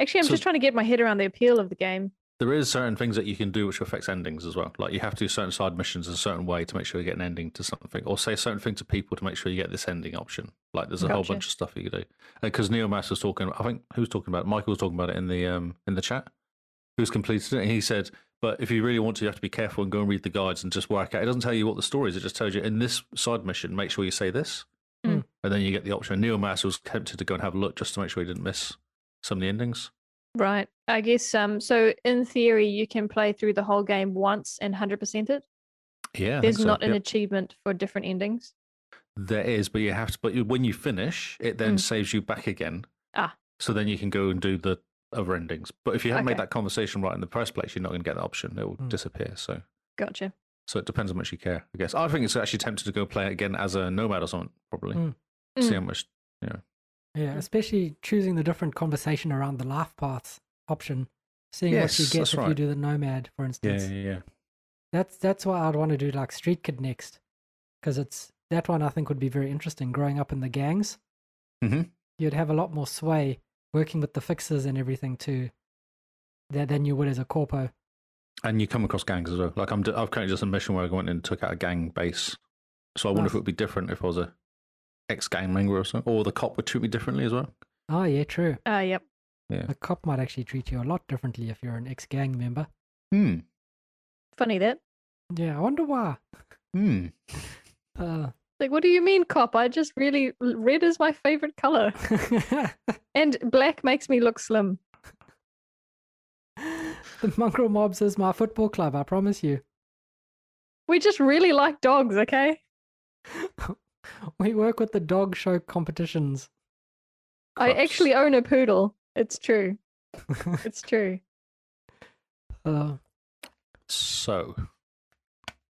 Actually, I'm
So-
just trying to get my head around the appeal of the game.
there is certain things that you can do which affects endings as well. Like you have to do certain side missions in a certain way to make sure you get an ending to something, or say certain thing to people to make sure you get this ending option. Like there's a whole
Gotcha.
bunch of stuff you can do. Because Neil Mass was talking, I think who was talking about it? Michael was talking about it in the um in the chat. Who's completed it? And he said, but if you really want to, you have to be careful and go and read the guides and just work out. It doesn't tell you what the story is. It just tells you in this side mission, make sure you say this,
Hmm.
and then you get the option. Neil Mass was tempted to go and have a look just to make sure he didn't miss some of the endings.
Right. I guess um so in theory you can play through the whole game once and 100% it.
Yeah, I think
There's
so.
not an
Yep.
achievement for different endings.
There is, but you have to. But you- when you finish, it then
Mm.
saves you back again.
Ah.
So then you can go and do the other endings. But if you haven't made
Okay.
that conversation right in the first place, you're not going to get that option. It will
Mm.
disappear. So,
Gotcha.
so it depends how much you care. I guess I think it's actually tempted to go play it again as a nomad or something. Probably
Mm.
see
Mm.
how much.
Yeah,
Mm.
especially choosing the different conversation around the life path option, seeing what you
Yes,
get
that's
if you
right.
do the nomad, for instance.
yeah.
That's that's why I'd want to do like Street Kid next, because it's that one I think would be very interesting. Growing up in the gangs,
Mhm.
you'd have a lot more sway working with the fixers and everything too, tha- than you would as a corpo.
And you come across gangs as well. Like I'm, d- I've currently just a mission where I went and took out a gang base. So I wonder if
Nice.
it would be different if I was a ex-gang member or something, or the cop would treat me differently as well.
Oh yeah, true.
Ah, yep.
A cop might actually treat you a lot differently if you're an ex-gang member.
Hmm.
Funny that.
Yeah, I wonder why.
Hmm.
Uh, *laughs*
Like what do you mean cop? I just really red is my favorite color and black makes me look slim.
the mongrel mobs is my football club. I promise you.
We just really like dogs, okay?
We work with the dog show competitions.
I
Crocs.
actually own a poodle. It's *laughs* true. It's true.
Uh,
So,
So-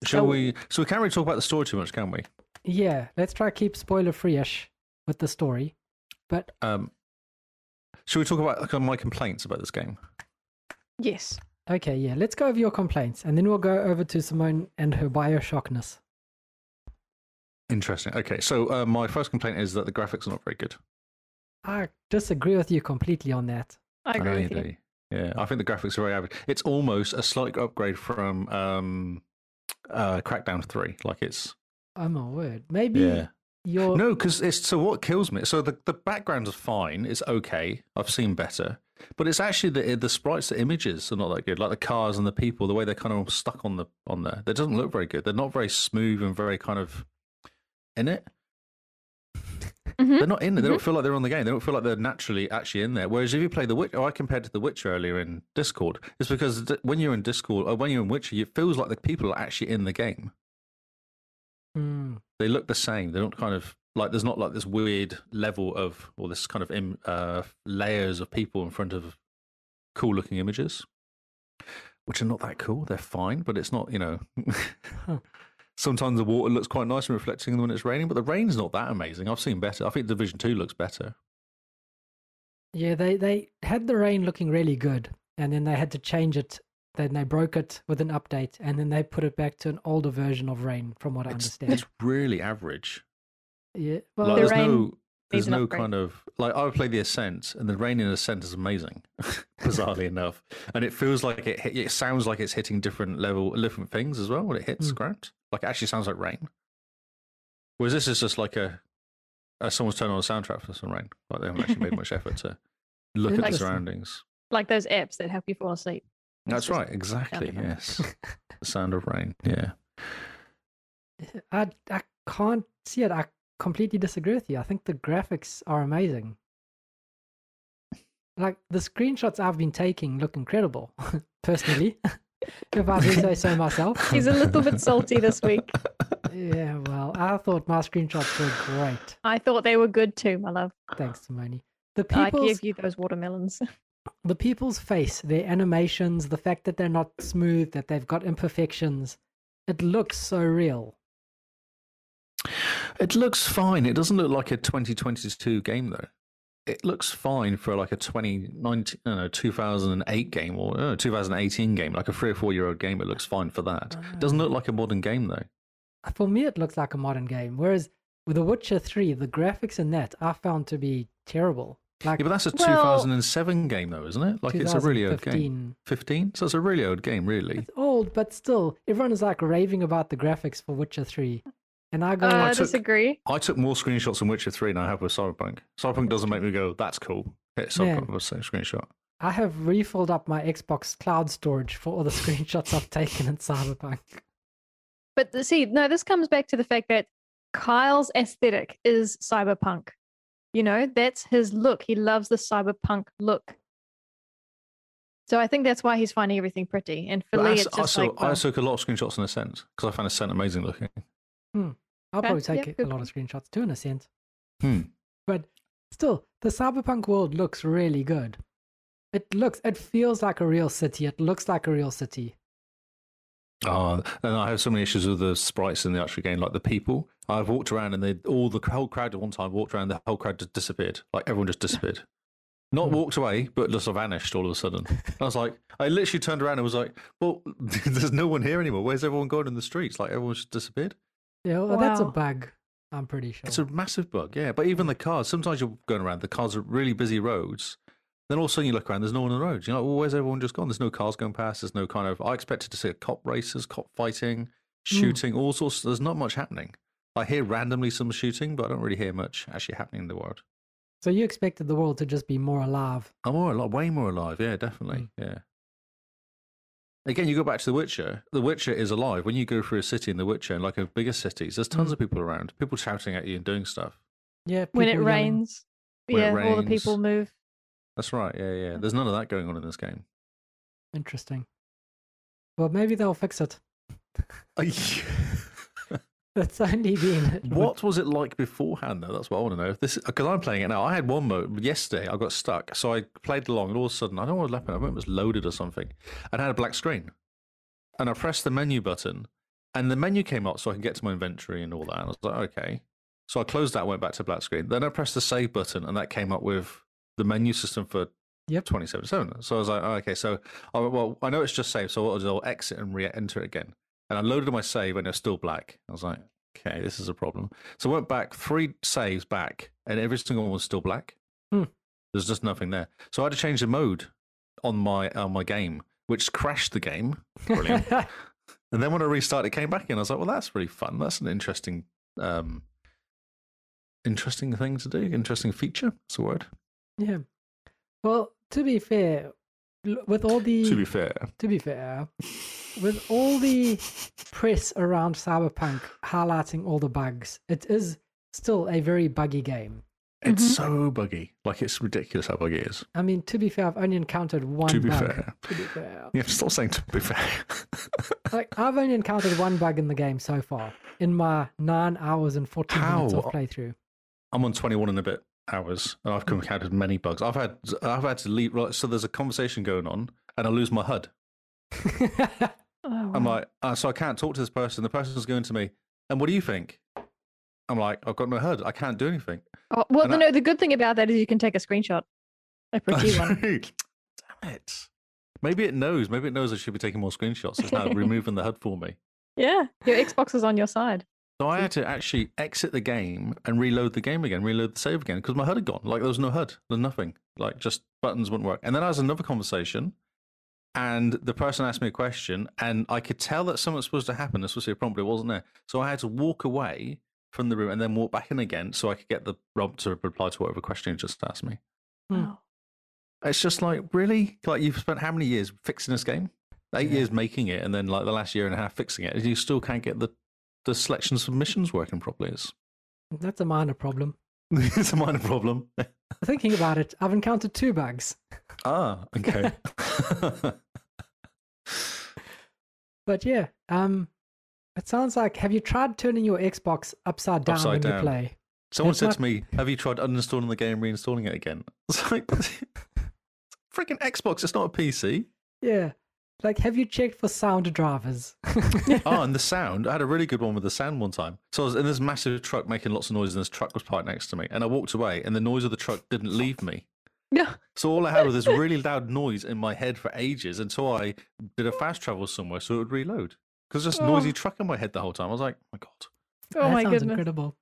shall we? So we can't really talk about the story too much, can we?
yeah, let's try keep spoiler free-ish with the story. But
Um, should we talk about like, my complaints about this game?
Yes.
okay, yeah, let's go over your complaints, and then we'll go over to Simone and her Bioshockness.
Interesting. Okay, so uh, my first complaint is that the graphics are not very good.
I disagree with you completely on that.
I agree
know
with you.
do. Yeah, I think the graphics are very average. It's almost a slight upgrade from um, uh, Crackdown Three. Like it's
Oh my word. Maybe your
No, because it's so what kills me. So the, the backgrounds are fine. It's okay. I've seen better, but it's actually the the sprites, the images are not that good. Like the cars and the people, the way they're kind of all stuck on the on there. They doesn't look very good. They're not very smooth and very kind of in it.
Mhm.
They're not in it. They don't feel like they're on the game. They don't feel like they're naturally actually in there. Whereas if you play the Witcher, I compared to the Witcher earlier in Discord. It's because th- when you're in Discord or when you're in Witcher, it feels like the people are actually in the game
Hmm,
they look the same. They don't kind of like there's not like this weird level of or this kind of Im, uh, layers of people in front of cool looking images, which are not that cool. They're fine, but it's not you know. *laughs* Sometimes the water looks quite nice and reflecting when it's raining, but the rain's not that amazing. I've seen better. I think Division Two looks better.
Yeah, they, they had the rain looking really good, and then they had to change it Then they broke it with an update, and then they put it back to an older version of Rain, from what I
It's,
understand.
it's really average.
yeah, well,
Like,
The
there's
rain
no there's
an
no
upgrade.
kind of like I would play the Ascent, and the rain in Ascent is amazing, *laughs* bizarrely enough, and it feels like it hit, it sounds like it's hitting different level different things as well when it hits
Hmm.
Mm.
ground. Like it actually sounds like rain. Whereas this is just like a, a someone's turned on a soundtrack for some rain. Like they haven't actually made much
*laughs*
effort to look at the
Interesting.
surroundings.
*laughs* Like those apps that help you fall asleep. It's
That's
just-
right, exactly.
of rain.
Yes,
*laughs*
the sound of rain. Yeah.
I I can't see it. I completely disagree with you. I think the graphics are amazing. Like the screenshots I've been taking look incredible, *laughs* personally. *laughs* if I do say so
*laughs*
myself.
He's a little bit salty this
*laughs*
week.
Yeah, well, I thought my screenshots were great.
I thought they were good too, my love.
Thanks, Simone. The
I
people's
give you those *laughs* watermelons.
the people's face, their animations, the fact that they're not smooth, that they've got imperfections, it looks so real.
It looks fine. It doesn't look like a 2022 game though. It looks fine for like a 2019, no, no, 2008 game or uh, 2018 game, like a three or four year old game. It looks fine for that.
Ah.
It doesn't look like a modern game though.
for me it looks like a modern game whereas with the witcher 3 the graphics in that i found to be terrible like
Yeah, but that's a
Well-
2007 game though, isn't it? Like it's a really old
2015.
game. 15? So it's a really old game, really.
it's old but still everyone is like raving about the graphics for witcher 3 and i go
I
took-
Uh, disagree.
I took more screenshots in Witcher 3 than I have with Cyberpunk. Cyberpunk doesn't make me go, that's cool. Hit
Man.
Cyberpunk with a screenshot.
i have refilled up my xbox cloud storage for all the *laughs* screenshots i've taken in cyberpunk
But the- see, no, this comes back to the fact that Kyle's aesthetic is cyberpunk. You know, that's his look. He loves the cyberpunk look. So I think that's why he's finding everything pretty. And for
But I,
Lee,
s-
it's
I
just
saw-
like,
I
well,
took a lot of screenshots in Ascent because I found Ascent amazing looking.
i'll
Okay,
probably
yeah,
take a
good
lot of screenshots too in a sense
Hmm.
but still the cyberpunk world looks really good it looks it feels like a real city it looks like a real city
Oh, and I have so many issues with the sprites in the actual game, like the people. I've walked around and they all the whole crowd at one time walked around, the whole crowd just disappeared. Like everyone just disappeared. Not
Hmm.
walked away, but just vanished all of a sudden. I was like, I literally turned around and was like, well, *laughs* there's no one here anymore. Where's everyone going in the streets? Like everyone's just disappeared.
Yeah, well, that's a
Wow.
bug. I'm pretty sure.
It's a massive bug, yeah. But even the cars, sometimes you're going around, the cars are really busy roads. Then all of a sudden you look around, there's no one on the road. You're like, well, where's everyone just gone? There's no cars going past. There's no kind of. I expected to see cop races, cop fighting, shooting, all sorts. There's not much happening. I hear randomly some shooting, but I don't really hear much actually happening in the world.
So you expected the world to just be more alive.
I'm more alive, way more alive. Yeah, definitely. Yeah. Again, you go back to The Witcher. The Witcher is alive. When you go through a city in The Witcher, like a bigger cities, there's tons
Mm.
of people around, people shouting at you and doing stuff.
Yeah.
when it
people yelling.
rains,
When it
yeah, all the
rains.
people move.
That's right. Yeah, yeah. There's none of that going on in this game.
Interesting. Well, maybe they'll fix it. *laughs* That's only been
what was it like beforehand though? That's what I want to know. If this because I'm playing it now. I had one mode yesterday. I got stuck, so I played along, and all of a sudden, I don't know what happened. I remember it was loaded or something, and I had a black screen. And I pressed the menu button, and the menu came up so I could get to my inventory and all that. And I was like, okay. So I closed that, went back to black screen. Then I pressed the save button, and that came up with the menu system for
Yep.
2077. So I was like, oh, okay, so I, went, well, I know it's just save, so what I'll do, I'll exit and re-enter it again. And I loaded my save, and it's still black. I was like, okay, this is a problem. So I went back three saves back, and every single one was still black.
Hmm.
There's just nothing there. So I had to change the mode on my on my game, which crashed the game.
*laughs*
Brilliant. and then when I restarted, it came back in. I was like, well, that's really fun. That's an interesting, um, interesting thing to do. Interesting feature. That's a word.
yeah. Well, to be fair, l- with all the
To be fair,
to be fair, with all the press around Cyberpunk highlighting all the bugs, it is still a very buggy game.
it's
Mm-hmm.
Mhm.
so buggy. Like it's ridiculous how buggy it is.
I mean, to be fair, I've only encountered one.
to be
bug.
fair,
To be fair.
yeah. Stop saying to be fair. *laughs*
like I've only encountered one bug in the game so far in my nine hours and fourteen minutes of
How?
playthrough. *laughs*
I'm on 21 and a bit hours, and I've encountered many bugs. I've had I've had to leave. Right, so there's a conversation going on, and I lose my HUD.
Oh,
I'm
wow.
like, uh, so I can't talk to this person. The person's going to me, and what do you think? I'm like, I've got no HUD. I can't do anything.
Oh, well,
and
the,
I-
no,
*laughs*
the good thing about that is you can take a screenshot, a pretty one.
Damn it. Maybe it knows. Maybe it knows I should be taking more screenshots. It's now removing the HUD for me.
Yeah, your Xbox is on your side.
So I had to actually exit the game and reload the game again, reload the save again, because my HUD had gone. Like there was no HUD, there's nothing. Like just buttons wouldn't work. And then I was in another conversation, and the person asked me a question, and I could tell that something's supposed to happen. There's supposed to be a prompt, but it wasn't there. So I had to walk away from the room and then walk back in again, so I could get the prompt to reply to whatever question you just asked me.
Hmm.
*laughs* Wow.
It's just like really, like you've spent how many years fixing this game? Eight
Yeah.
years making it, and then like the last year and a half fixing it, and you still can't get the the selection submissions working properly. It's
That's a minor problem.
*laughs* it's a minor problem.
Thinking about it, I've encountered two bugs.
Ah, *laughs* okay.
But yeah, um, it sounds like have you tried turning your Xbox upside down
Upside
when you
down.
play?
Someone
That's
said
not-
to me, "Have you tried uninstalling the game, reinstalling it again?" *laughs* It's like freaking Xbox. It's not a PC.
Yeah. Like, have you checked for sound
*laughs*
drivers? *laughs*
Oh, and the sound. I had a really good one with the sound one time. So I was in this massive truck making lots of noise, and this truck was parked next to me. And I walked away, and the noise of the truck didn't leave me.
No.
So all I had was this really loud noise in my head for ages until I did a fast travel somewhere so it would reload. Because just noisy
Oh.
truck in my head the whole time. I was like, my God.
Oh
that
my
sounds
goodness.
incredible.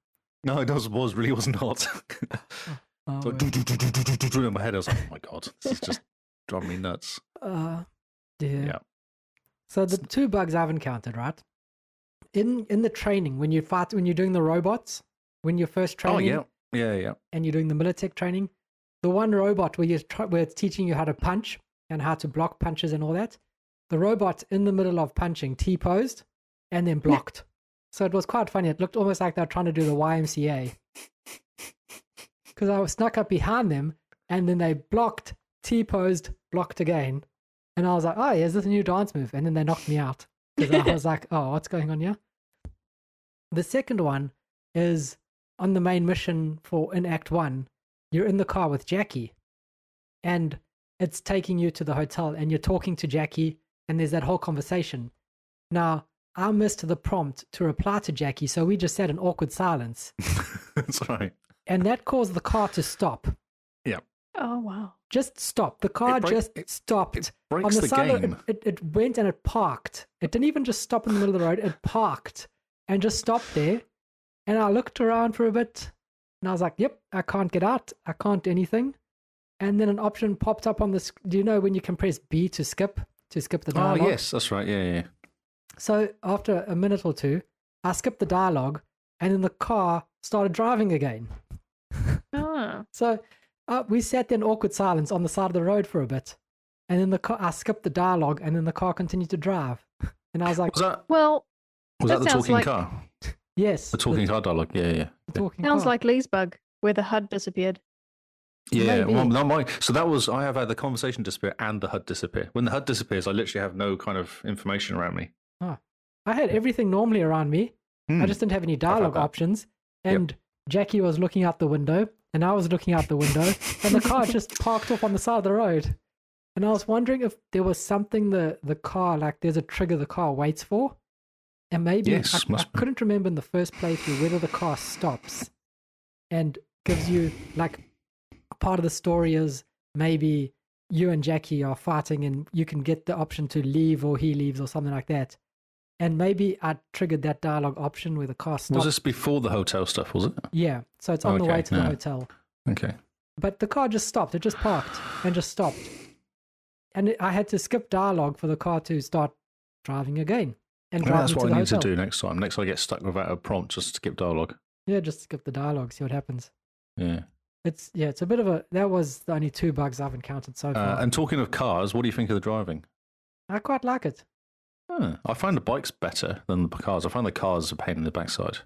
No, it was, was really was not. *laughs*
Oh,
So
word.
do-do-do-do-do-do-do-do in my head, I was like, oh my God, this is just driving
*laughs*
me nuts.
Uh, yeah.
Yeah.
So the two bugs I've encountered, right? In in the training, when you fight, when you're doing the robots, when you're first training,
Oh, yeah. Yeah, yeah. *laughs*
and you're doing the Militech training, the one robot where you try, where it's teaching you how to punch and how to block punches and all that, the robot in the middle of punching T posed and then blocked. so it was quite funny. It looked almost like they were trying to do the YMCA because I was snuck up behind them and then they blocked, T posed, blocked again, and I was like, oh, here's this new dance move, and then they knocked me out because I was like, oh, what's going on here? The second one is on the main mission for in Act One, you're in the car with Jackie, and it's taking you to the hotel, and you're talking to Jackie, and there's that whole conversation. Now, I missed the prompt to reply to Jackie, so we just sat in awkward silence,
That's right.
and that caused the car to stop.
Oh wow.
Just stop. The car
break-
just
it-
stopped.
It breaks the
side of-
game.
it, it, it went and it parked. It didn't even just stop in the middle of the road. It parked and just stopped there. And I looked around for a bit and I was like, yep, I can't get out. I can't do anything. And then an option popped up on the sc- Do you know when you can press B to skip, to skip the
Oh,
dialogue?
yes, that's right. Yeah, yeah. yeah.
So after a minute or two, I skipped the dialogue and then the car started driving again.
Oh.
So uh, we sat there in awkward silence on the side of the road for a bit. And then the car, I skipped the dialogue and then the car continued to drive. And I *laughs* was like,
Was that,
Well,
was
That
that, the
sounds
talking
like-
car?
yes.
The talking car dialogue. Yeah, yeah.
the talking
sounds
car.
like Lee's bug where the HUD disappeared.
Yeah,
Maybe.
well, not my. So that was I have had the conversation disappear and the HUD disappear. When the HUD disappears, I literally have no kind of information around me.
I had everything normally around me. I
Hmm.
just didn't have any dialogue
that.
options.
Yep.
And Jackie was looking out the window and I was looking out the window
*laughs*
and the car just parked off on the side of the road. And I was wondering if there was something the, the car, like there's a trigger the car waits for. And maybe
Yes,
I, I
must be.
couldn't remember in the first playthrough whether the car stops and gives you like part of the story is maybe you and Jackie are fighting and you can get the option to leave or he leaves or something like that. And maybe I triggered that dialogue option where the car
was
stops.
this before the hotel stuff? Was it?
Yeah, so it's on the
Okay,
way to the
yeah.
hotel.
Okay.
But the car just stopped. It just parked and just stopped. And it- I had to skip dialogue for the car to start driving again and
Maybe
drive
that's
me to
what
the
I need
hotel.
to do next time. Next, time I get stuck without a prompt. Just skip dialogue.
Yeah, just skip the dialogue, see what happens.
Yeah.
It's yeah, it's a bit of a. That was the only two bugs I've encountered so far.
Uh, and talking of cars, what do you think of the driving?
I quite like it.
Huh. I find the bikes better than the cars. I find the cars a pain in the backside.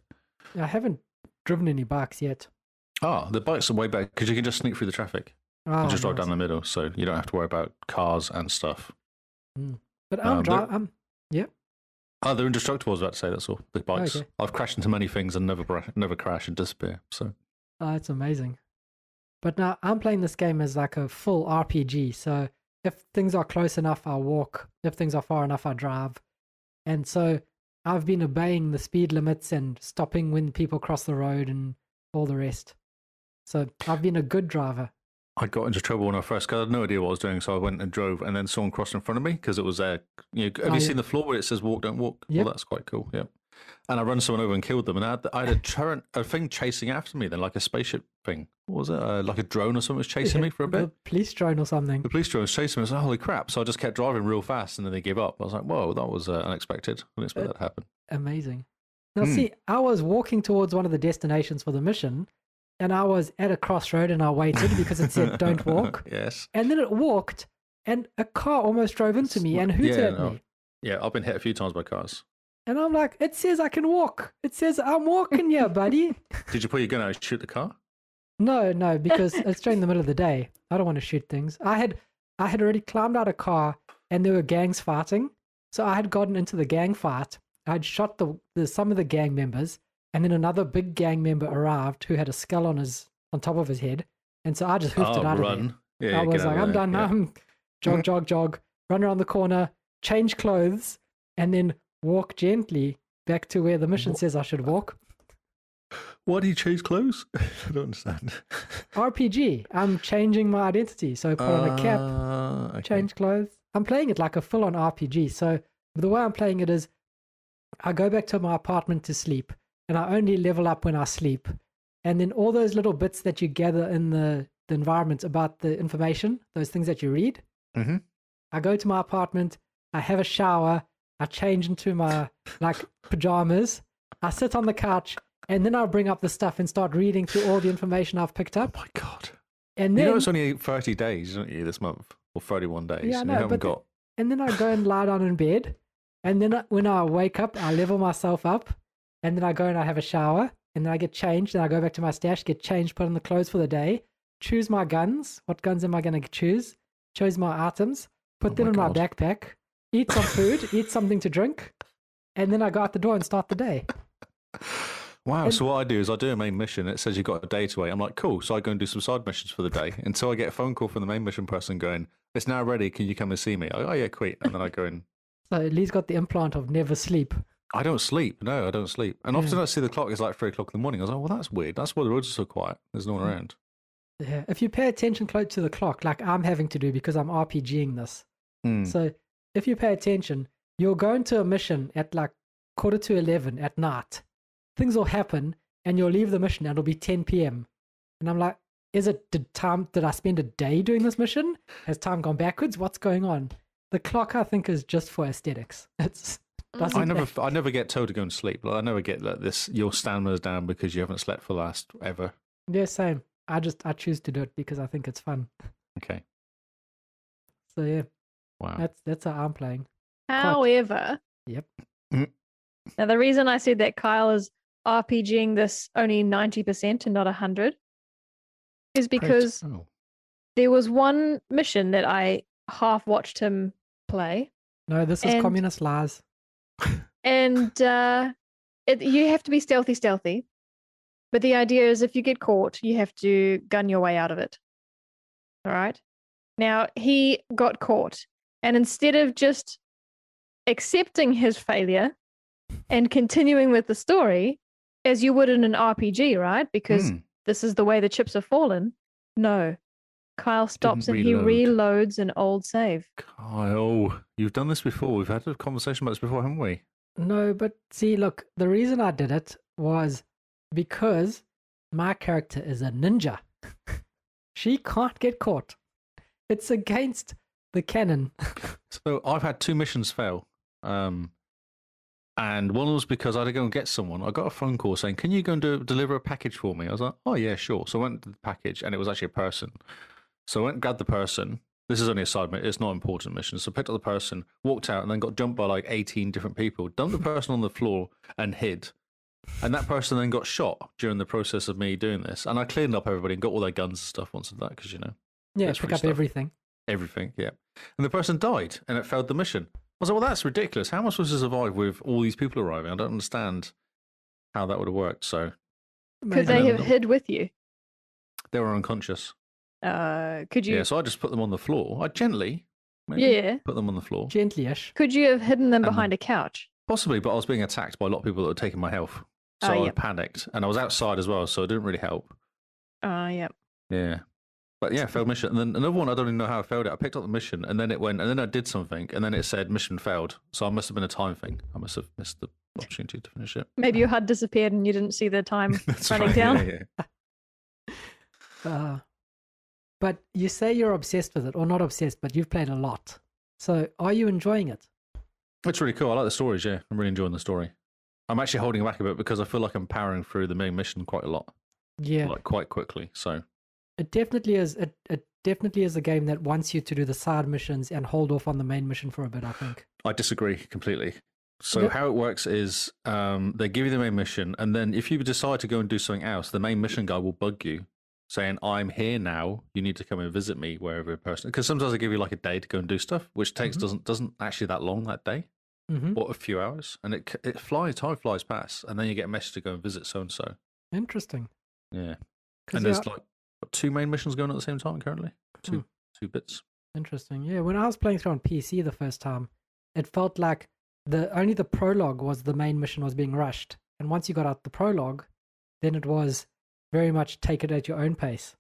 I haven't driven any bikes yet.
Ah, the bikes are way better because you can just sneak through the traffic
Oh,
and just drive
nice.
down the middle, so you don't have to worry about cars and stuff.
But I'm
Um,
dri-
but-
I'm
Oh, they're indestructible. I was about to say that's all. The bikes.
Okay.
I've crashed into many things and never bra- never crash and disappear. So
oh, it's amazing. But now I'm playing this game as like a full RPG. So if things are close enough, I walk. If things are far enough, I drive. And so I've been obeying the speed limits and stopping when people cross the road and all the rest. So I've been a good driver.
I got into trouble when I first got. I had no idea what I was doing, so I went and drove, and then someone crossed in front of me because it was there. You know, have
Oh,
you
yeah.
seen the floor where it says "walk, don't walk"?
Yep.
Well, that's quite cool. Yeah, and I run someone over and killed them, and I had, I
*laughs*
had a turret, a thing chasing after me, then like a spaceship thing. What was it? Uh, like a drone or something was chasing me
*laughs*
for a bit.
The police drone or something.
The police drone was chasing me. I was like, "Holy crap!" So I just kept driving real fast, and then they gave up. I was like, "Whoa, that was uh, unexpected. I
Uh,
didn't expect that to happen."
Amazing. Now,
Hmm.
see, I was walking towards one of the destinations for the mission, and I was at a crossroad and I waited because it
*laughs*
said don't walk.
yes.
And then it walked, and a car almost drove into me and hooted
Yeah,
at
no.
me.
Yeah, I've been hit a few times by cars.
And I'm like, it says I can walk. It says I'm walking here, buddy.
Did you pull your gun out and shoot the car?
No, no, because it's during the middle of the day. I don't want to shoot things. I had I had already climbed out a car and there were gangs fighting. So I had gotten into the gang fight. I'd shot the, the some of the gang members and then another big gang member arrived who had a skull on his on top of his head. And so I just hoofed
oh,
it out of there.
run! Yeah,
I
get
was
out
like,
of
I'm
there.
done.
Yeah.
now. I'm jog,
*laughs*
jog, jog, run around the corner, change clothes, and then walk gently back to where the mission says I should walk.
Why do you change clothes? *laughs* I don't understand.
RPG. I'm changing my identity. So I *laughs* put on a cap,
Uh, okay.
change clothes. I'm playing it like a full on RPG. So the way I'm playing it is I go back to my apartment to sleep and I only level up when I sleep. And then all those little bits that you gather in the, the environment about the information, those things that you read,
Mhm.
I go to my apartment, I have a shower, I change into my like pajamas, I sit on the couch, and then I'll bring up the stuff and start reading through all the information I've picked up.
Oh my god!
And then
you know it's only thirty days, don't you, this month or thirty-one days,
Yeah, I
and
know,
you haven't
but the-
got.
and then I go and lie down in bed, and then I, when I wake up, I level myself up, and then I go and I have a shower, and then I get changed, and I go back to my stash, get changed, put on the clothes for the day, choose my guns. What guns am I going to choose? Choose my items, put
Oh
them
my
in my
God.
backpack, eat some
*laughs*
food, eat something to drink, and then I go out the door and start the day.
Wow.
and-
so what I do is I do a main mission. It says you've got a day to wait. I'm like, cool. So I go and do some side missions for the day *laughs* until I get a phone call from the main mission person going, "It's now ready. Can you come and see me?" I, oh yeah, quit. And then I go and *laughs*
So Lee's got the implant of never sleep.
I don't sleep. No, I don't sleep. And often I see the clock is like three o'clock in the morning. I was like, well, that's weird. That's why the roads are so quiet. There's no
Hmm.
one around.
Yeah. If you pay attention close to the clock, like I'm having to do because I'm RPGing this,
Mm.
So if you pay attention, you'll go into a mission at like quarter to 11 at night. Things will happen and you'll leave the mission and it'll be 10 p.m. And I'm like, is it did time? Did I spend a day doing this mission? Has time gone backwards? What's going on? The clock, I think, is just for aesthetics. *laughs* It's doesn't
I never, I never get told to go and sleep. Like, I never get like this. Your stamina's down because you haven't slept for the last ever.
Yeah, same. I just I choose to do it because I think it's fun.
Okay,
So yeah,
wow.
that's that's how I'm playing.
However,
Yep.
Mm.
Now the reason I said that Kyle is RPGing this only ninety percent and not hundred is because
oh.
there was one mission that I half watched him play,
No, this is
And-
communist lies.
and uh, it, you have to be stealthy, stealthy. But the idea is, if you get caught, you have to gun your way out of it. All right. Now he got caught, and instead of just accepting his failure and continuing with the story, as you would in an RPG, right? Because
Mm.
this is the way the chips have fallen. No. Kyle stops and
reload.
he reloads an old save.
Kyle, you've done this before. We've had a conversation about this before, haven't we?
No, but see, look, the reason I did it was because my character is a ninja. *laughs* she can't get caught. It's against the canon.
So I've had two missions fail. Um, and one was because I had to go and get someone. I got a phone call saying, "Can you go and do, deliver a package for me?" I was like, "Oh yeah, sure." So I went to the package, and it was actually a person. So I went and grabbed the person. This is only a side mission; it's not an important mission. So I picked up the person, walked out, and then got jumped by like eighteen different people. Dumped the person on the floor and hid. And that person then got shot during the process of me doing this. And I cleaned up everybody and got all their guns and stuff once and that because you know
Yeah,
That's
pick
free
up
stuff.
everything.
everything. Yeah, and the person died, and it failed the mission. I was like, well, that's ridiculous. How am I supposed to survive with all these people arriving? I don't understand how that would have worked. So
Could
Amazing.
they
Amazing.
have hid with you?
they were unconscious.
Uh, could you?
Yeah, so I just put them on the floor. I gently, maybe,
yeah.
put them on the floor,
Gently-ish.
Could you have hidden them
And
behind a couch?
possibly. But I was being attacked by a lot of people that were taking my health, so
Oh,
I
yeah.
panicked, and I was outside as well, so it didn't really help.
Uh, Ah, yeah.
Yeah, But yeah, failed mission. And then another one, I don't even know how I failed it. I picked up the mission and then it went, and then I did something, and then it said mission failed. So I must have been a time thing. I must have missed the opportunity to finish it.
Maybe your HUD disappeared and you didn't see the time
*laughs* That's
running
right,
down.
Yeah, yeah.
Uh, but you say you're obsessed with it, or not obsessed, but you've played a lot. So are you enjoying it?
It's really cool. I like the stories. Yeah, I'm really enjoying the story. I'm actually holding back a bit because I feel like I'm powering through the main mission quite a lot,
Yeah.
like quite quickly. So
It definitely is. It, it definitely is a game that wants you to do the side missions and hold off on the main mission for a bit. I think.
I disagree completely. So
Yeah.
how it works is um, they give you the main mission, and then if you decide to go and do something else, the main mission guy will bug you, saying, "I'm here now. You need to come and visit me wherever a person." Because sometimes they give you like a day to go and do stuff, which takes
Mm-hmm.
Mhm.
doesn't doesn't actually that long that day,
hmm
or a few hours, and it c- it flies time flies past, and then you get a message to go and visit so and so.
Interesting.
Yeah.
'Cause
And
yeah,
there's like what, two main missions going on at the same time currently. Two
Hmm.
two bits.
Interesting. Yeah, when I was playing through on PC the first time, it felt like the only the prologue was the main mission was being rushed, and once you got out the prologue, then it was very much take it at your own pace.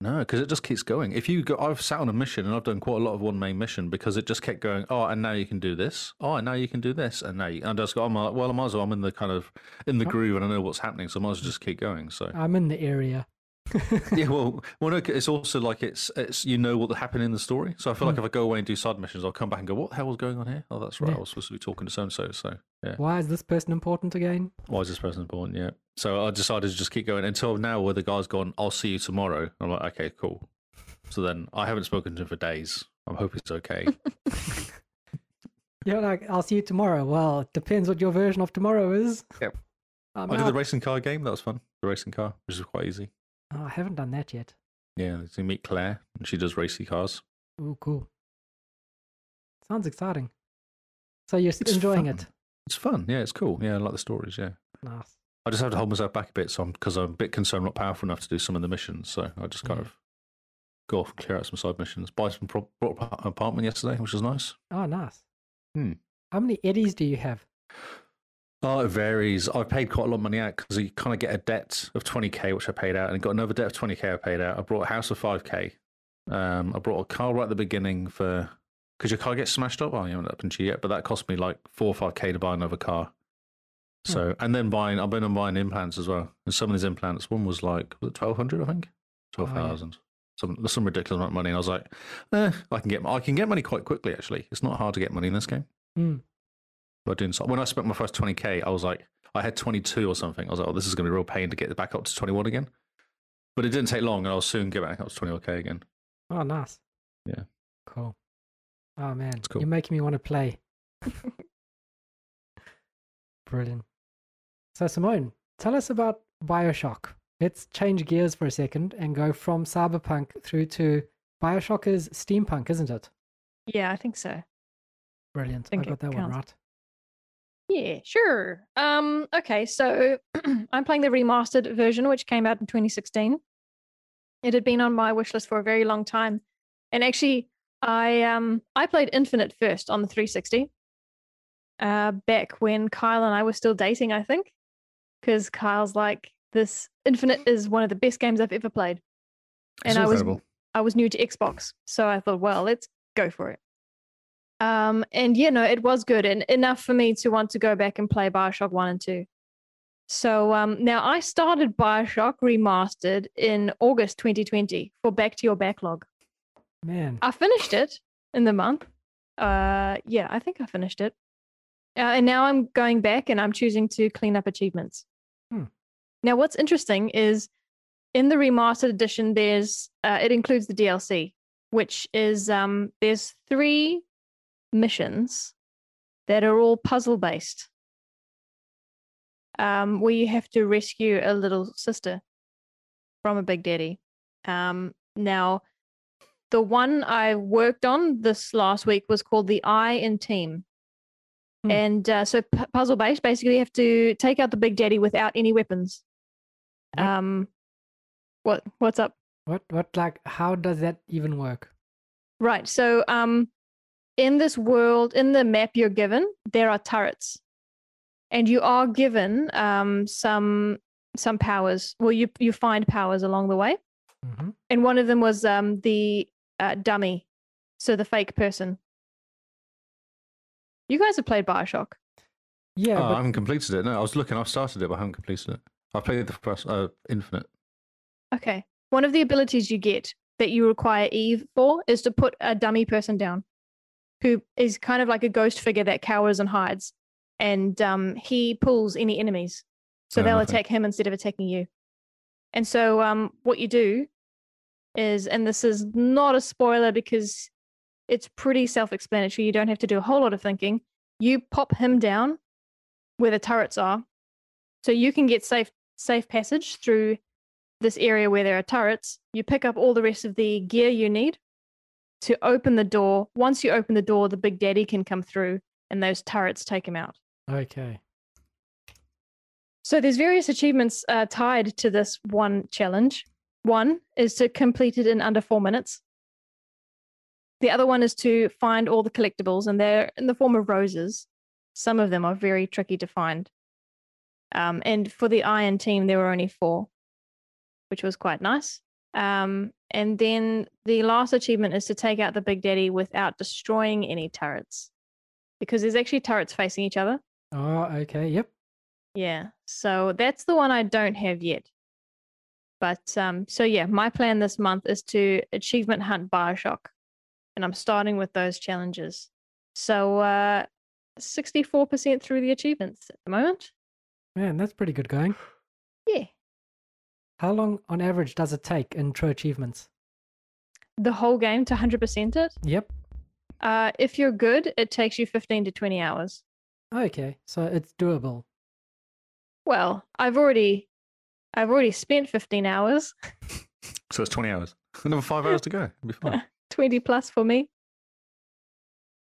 No, because it just keeps going. If you go, I've sat on a mission and I've done quite a lot of one main mission because it just kept going. Oh, and now you can do this. Oh, and now you can do this. And now you, and I just go. I'm like, well, I might as well. I'm in the kind of in the
Huh?
groove and I know what's happening, so I might as well just keep going. So
I'm in the area. Oh,
yeah, well, well, no, 'cause it's also like it's it's you know what happened in the story. So I feel like
Hmm.
if I go away and do side missions, I'll come back and go, what the hell was going on here? Oh, that's right.
Yeah.
I was supposed to be talking to so and so. So yeah.
Why is this person important
*laughs*
again? *laughs*
Why is this person born? Yeah. So I decided to just keep going until now where the guy's gone, I'll see you tomorrow. I'm like, okay, cool. So then I haven't spoken to him for days. I'm hoping it's okay.
You're like, I'll see you tomorrow. Well, it depends what your version of tomorrow is.
Yep.
*laughs* I'm
I did the
out.
racing car game. That was fun. The racing car, which is quite easy.
Oh, I haven't done that yet.
Yeah. So you meet Claire and she does racy cars.
Ooh, cool. Sounds exciting. So you're s
It's
enjoying
fun.
it.
It's fun. Yeah. It's cool. Yeah. I like the stories. Yeah.
Nice.
I just have to hold myself back a bit so because I'm, a bit concerned I'm not powerful enough to do some of the missions. So I just kind
Yeah.
of go off and clear out some side missions. Buy some pro- bought an apartment yesterday, which was nice.
Oh, nice.
Hmm.
How many eddies do you have?
Oh, it varies. I paid quite a lot of money out because you kind of get a debt of 20k, which I paid out, and got another debt of 20k I paid out. I brought a house of 5k. Um, I brought a car right at the beginning for because your car gets smashed up. Oh, you haven't happened to you yet, but that cost me like four or 5k to buy another car.
Hmm.
So, and then buying, I've been on buying implants as well. And some of these implants, one was like, was it 1200, I think?
Oh, yeah.
12,000. Some, some ridiculous amount of money. And I was like, eh, I can get, I can get money quite quickly, actually. It's not hard to get money in this game
Hmm.
by doing so. When I spent my first 20k, I was like, I had 22 or something. I was like, oh, this is going to be real pain to get it back up to 21 again. But it didn't take long, and I'll soon get back up to 21k again.
Oh, nice.
Yeah.
Cool. Oh, man.
It's cool.
You're making me want to play. Brilliant. So, Simone, tell us about Bioshock. Let's change gears for a second and go from Cyberpunk through to Bioshock is steampunk, isn't it?
Yeah, I think so.
Brilliant.
Think
I got
it
that one
counts.
right.
Yeah, sure. Um, okay, so *clears throat* I'm playing the remastered version, which came out in 2016. It had been on my wish list for a very long time, and actually, I um I played Infinite first on the 360. Uh, back when Kyle and I were still dating, I think, because Kyle's like, "This Infinite is one of the best games I've ever played,"
It's
and I was
incredible.
I was new to Xbox, so I thought, well, let's go for it. Um, and yeah, no, it was good and enough for me to want to go back and play Bioshock One and Two. So um, now I started Bioshock Remastered in August 2020 for Back to Your Backlog.
Man.
I finished it in the month. Uh, yeah, I think I finished it. Uh, and now I'm going back and I'm choosing to clean up achievements.
Hmm.
Now, what's interesting is in the remastered edition, there's uh, it includes the DLC, which is um, there's three missions that are all puzzle based, um, where you have to rescue a little sister from a big daddy. Um, now, the one I worked on this last week was called the Eye and Team.
Hmm.
And uh, so p- puzzle based, basically you have to take out the big daddy without any weapons.
What?
Um, what what's up?
What, what, like, how does that even work?
Right. So um, in this world, in the map you're given, there are turrets, and you are given um, some some powers. Well, you you find powers along the way,
hmm
and one of them was um the uh, dummy, so the fake person. You guys have played Bioshock.
Yeah,
Oh, I
but
haven't completed it. No, I was looking. I've started it, but I haven't completed it. I played the first uh, Infinite.
Okay. One of the abilities you get that you require Eve for is to put a dummy person down who is kind of like a ghost figure that cowers and hides. And um, he pulls any enemies. So
Oh,
they'll
okay.
attack him instead of attacking you. And so um, what you do is, and this is not a spoiler because it's pretty self explanatory. You don't have to do a whole lot of thinking. You pop him down where the turrets are. So you can get safe safe passage through this area where there are turrets, you pick up all the rest of the gear you need to open the door. Once you open the door, the big daddy can come through and those turrets take him out.
Ah.
okay.
So there's various achievements uh, tied to this one challenge. One is to complete it in under four minutes. The other one is to find all the collectibles, and they're in the form of roses. Some of them are very tricky to find. Um, and for the Iron team, there were only four, which was quite nice. Um, and then the last achievement is to take out the Big Daddy without destroying any turrets, because there's actually turrets facing each other.
Oh, okay. Yep.
Yeah. So that's the one I don't have yet. But um, so yeah, my plan this month is to achievement hunt Bioshock, and I'm starting with those challenges. So uh, 64% through the achievements at the moment.
Man, that's pretty good going.
Yeah.
How long on average does it take in True Achievements?
The whole game to 100% it.
Yep.
Uh, if you're good, it takes you 15 to 20 hours.
Okay, so it's doable.
Well, I've already, I've already spent 15 hours, *laughs*
So it's 20 hours. *laughs* Another five hours to go. It'll be fine.
20 plus for me.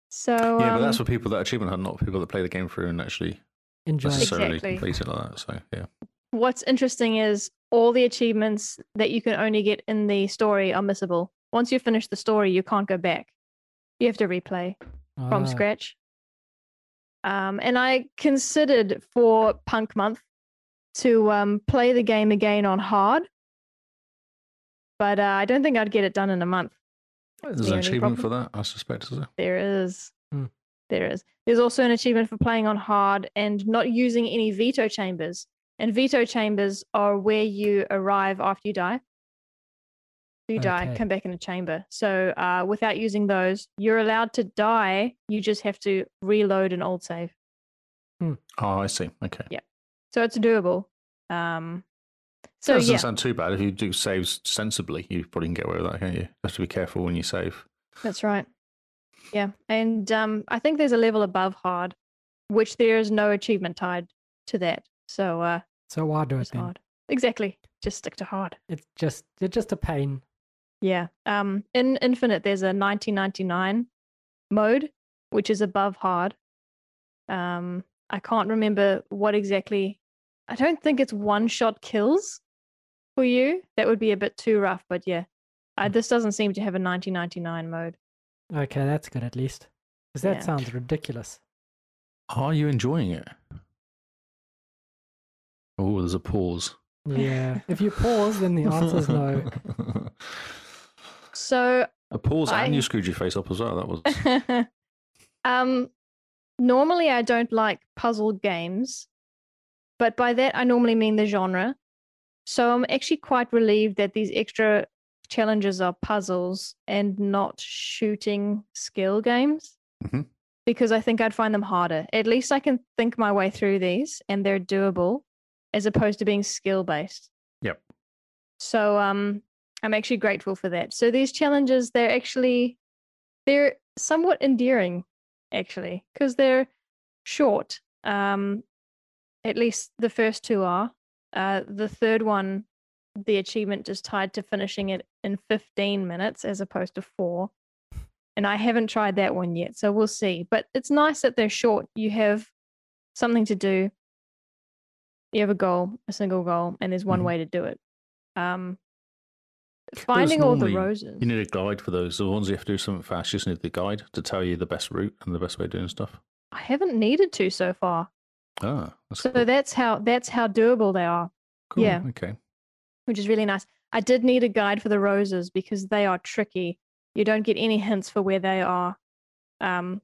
So
yeah, but that's
um,
for people that achievement hunt, not people that play the game through and actually
Enjoy. it.
necessarily
Exactly.
complete it like that. So yeah.
what's interesting is all the achievements that you can only get in the story are missable. Once you finish the story, you can't go back. You have to replay from
Ah,
scratch. Um, and I considered for Punk Month to um, play the game again on hard, but uh, I don't think I'd get it done in a month. That's
There's
the
an
only
achievement
problem.
for that, I suspect, is there?
There is.
Hmm.
There is. There's also an achievement for playing on hard and not using any veto chambers. And veto chambers are where you arrive after you die. You die,
Okay.
come back in a chamber. So uh, without using those, you're allowed to die. You just have to reload an old save.
Oh, I see. Okay.
So it's doable. Um, so
So, doesn't
yeah,
sound too bad. If you do saves sensibly, you probably can get away with that, can't you? You have to be careful when you save.
That's right. Yeah. And um, I think there's a level above hard, which there is no achievement tied to that. So uh,
So why do it
it's
then?
hard. Exactly. Just stick to hard.
It's just it's just a pain.
Yeah. Um, in Infinite, there's a 1999 mode, which is above hard. Um, I can't remember what exactly. I don't think it's one shot kills for you. That would be a bit too rough, but yeah. Uh, this doesn't seem to have a 1999 mode.
Okay, that's good at least. Because that
Yeah.
sounds
*laughs*
ridiculous.
Are you enjoying it? Oh, there's a pause.
Yeah. if you pause, then the answer's
*laughs*
no.
So
a pause
I-
and you screwed your face up as well.
*laughs*
That was
um, normally I don't like puzzle games, but by that I normally mean the genre. So I'm actually quite relieved that these extra challenges are puzzles and not shooting skill games.
Mhm.
Because I think I'd find them harder. At least I can think my way through these and they're doable as opposed to being skill based.
Yep.
So um I'm actually grateful for that. So these challenges they're actually they're somewhat endearing actually because they're short um at least the first two are uh the third one the achievement is tied to finishing it in 15 minutes as opposed to 4 and i haven't tried that one yet so we'll see but it's nice that they're short you have something to do you have a goal a single goal and there's one
Mhm.
way to do it um finding all the
normally-
roses
You need a guide for those. The ones you have to do something fast, you just need the guide to tell you the best route and the best way of doing stuff.
i haven't needed to so far
Ah, that's
So
cool.
that's how that's how doable they are,
Cool,
yeah.
Okay.
which is really nice. I did need a guide for the roses because they are tricky. You don't get any hints for where they are. Um,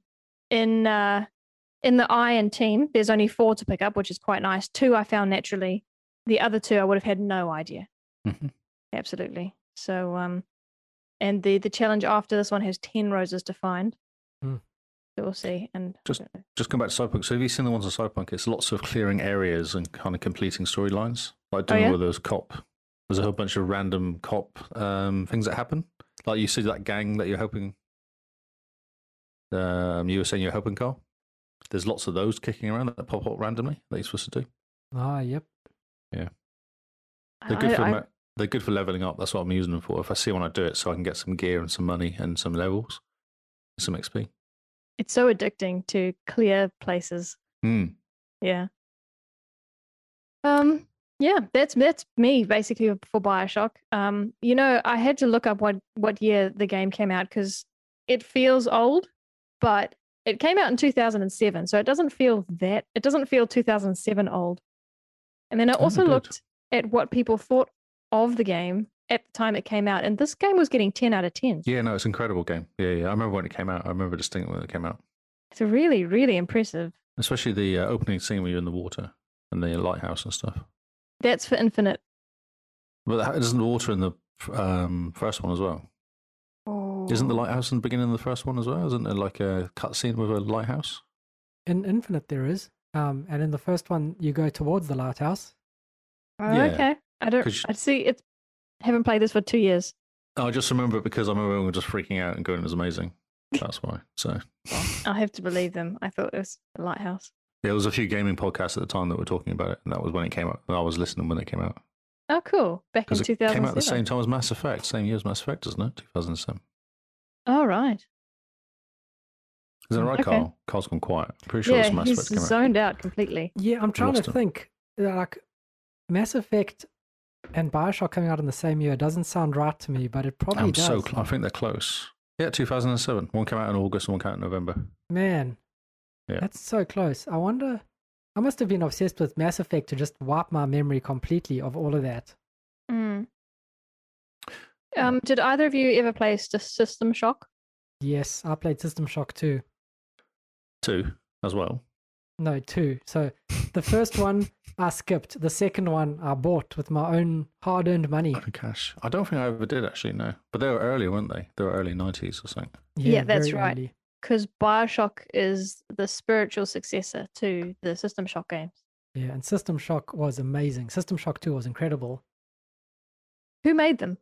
in uh, in the iron team, there's only four to pick up, which is quite nice. Two I found naturally. The other two I would have had no idea.
Mhm.
Absolutely. So um, and the the challenge after this one has ten roses to find.
Hmm.
So we'll see. And I
Just-
don't know.
Just come back to Cyberpunk. So have you seen the ones on Cyberpunk? It's lots of clearing areas and kind of completing storylines. Like
Oh,
doing
yeah?
all those cop. There's a whole bunch of random cop um, things that happen. Like you see that gang that you're helping. Um, you were saying you're helping Carl. There's lots of those kicking around that pop up randomly that you're supposed to do.
Ah, yep.
They're
I-
good for
I-
ma- they're good for leveling up. That's what I'm using them for. If I see one, I do it so I can get some gear and some money and some levels, some XP.
it's so addicting to clear places.
Hmm.
Yeah. Um. Yeah, that's that's me basically for Bioshock. Um. You know, I had to look up what what year the game came out because it feels old, but it came out in 2007, so it doesn't feel that it doesn't feel 2007 old. And then I
Oh,
also
good.
looked at what people thought of the game at the time it came out, and this game was getting 10 out of 10.
Yeah, no, it's an incredible game. Yeah, yeah. I remember when it came out. I remember distinctly when it came out.
It's really, really impressive.
Especially the uh, opening scene where you're in the water and the lighthouse and stuff.
That's for Infinite.
But that- isn't the water in the um, first one as well? Isn't the
Oh.
lighthouse in the beginning of the first one as well? Isn't it like a cutscene with a lighthouse?
In Infinite, there is. Um, and in the first one, you go towards the lighthouse.
Oh,
Yeah.
okay. I don't.
'Cause-
I see. It's haven't played this for two years.
I just remember it because I remember we were just freaking out and going, it was amazing. That's why. So
I have to believe them. I thought it was the lighthouse.
there was a few gaming podcasts at the time that were talking about it, and that was when it came out. And I was listening when it came out
Oh, cool. Back in
because
two
it
thousand.
came out at the same time as Mass Effect, same year as Mass Effect, doesn't it? Two thousand seven.
Oh, right.
Is that right,
Oh, Okay.
Carl? Carl's gone quiet. I'm pretty sure
yeah,
it's Mass
he's
Effect came out.
zoned out completely.
Yeah, I'm trying
lost
to
it.
think. uh, Like, Mass Effect and Bioshock coming out in the same year doesn't sound right to me, but it probably
I'm
does.
so cl- I think they're close. Yeah, 2007. One came out in August and one came out in November.
Man,
Yeah.
that's so close. I wonder. I must have been obsessed with Mass Effect to just wipe my memory completely of all of that.
Mm. Um, did either of you ever play S- System Shock?
Yes, I played System Shock 2.
Two as well.
No, two. So the first one I skipped. The second one I bought with my own hard earned money.
Out of cash. I don't think I ever did actually. No, but they were early, weren't they? They were early 90s or something.
Yeah, that's
very
right.
early.
Because Bioshock is the spiritual successor to the System Shock games.
Yeah, and System Shock was amazing. System Shock 2 was incredible.
Who made them?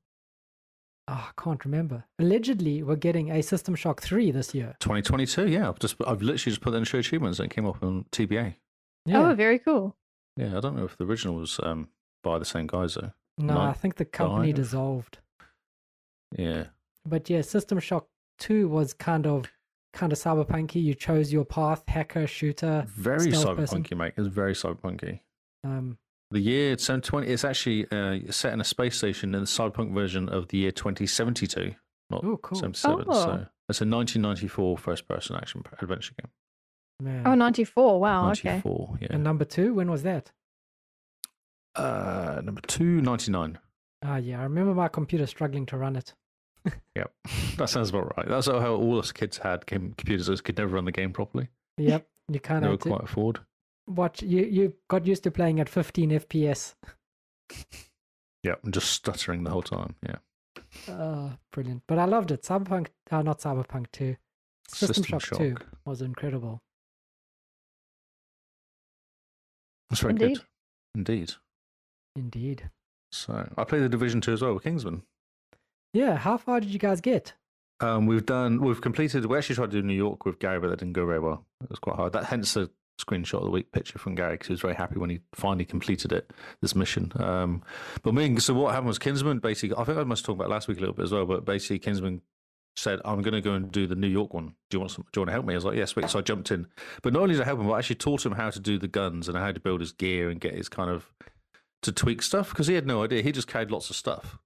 Ah, I can't remember. Allegedly, we're getting a System Shock 3 this year.
2022. Yeah, I've just I've literally just put that in show achievements and it came up on TBA.
Yeah.
Oh, very cool.
Yeah, I don't know if the original was um, by the same guys though.
no, I
might
think the company
have.
dissolved.
Yeah,
But yeah, System Shock 2 was kind of kind of cyberpunky. You chose your path, hacker, shooter.
very
Stealth person.
cyberpunky, mate. It's very cyberpunky.
Um,
The year 2020. It's actually uh, set in a space station in the cyberpunk version of the year 2072, not
oh, cool.
77.
Oh.
So it's a 1994 first-person action adventure game.
Man.
Oh, 94. Wow. Okay.
94, yeah.
And number two, when was that?
Uh, number two, 99.
Ah, yeah, I remember my computer struggling to run it. *laughs*
Yep. That sounds about right. That's how all us kids had game computers. Us could never run the game properly.
Yep, you can't.
They were
have to-
quite afford.
Watch you. You got used to playing at 15 FPS.
Yeah, I'm just stuttering the whole time. Yeah.
Ah, brilliant. But I loved it. Cyberpunk, uh, not Cyberpunk 2. System, Shock, 2 was incredible.
That's very
Indeed.
good. Indeed.
Indeed.
So I played the Division 2 as well with Kingsman.
Yeah, how far did you guys get?
Um, we've done, we've completed, we actually tried to do New York with Gary, but that didn't go very well. It was quite hard. That hence the screenshot of the week picture from Gary because he was very happy when he finally completed it, this mission. Um, but me, and- so what happened was Kinsman basically, I think I must talk about last week a little bit as well, but basically Kinsman said, I'm going to go and do the New York one. Do you want some, do you want to help me? I was like, yes, yeah, sweet. So I jumped in. But not only did I help him, but I actually taught him how to do the guns and how to build his gear and get his kind of, to tweak stuff because he had no idea. He just carried lots of stuff.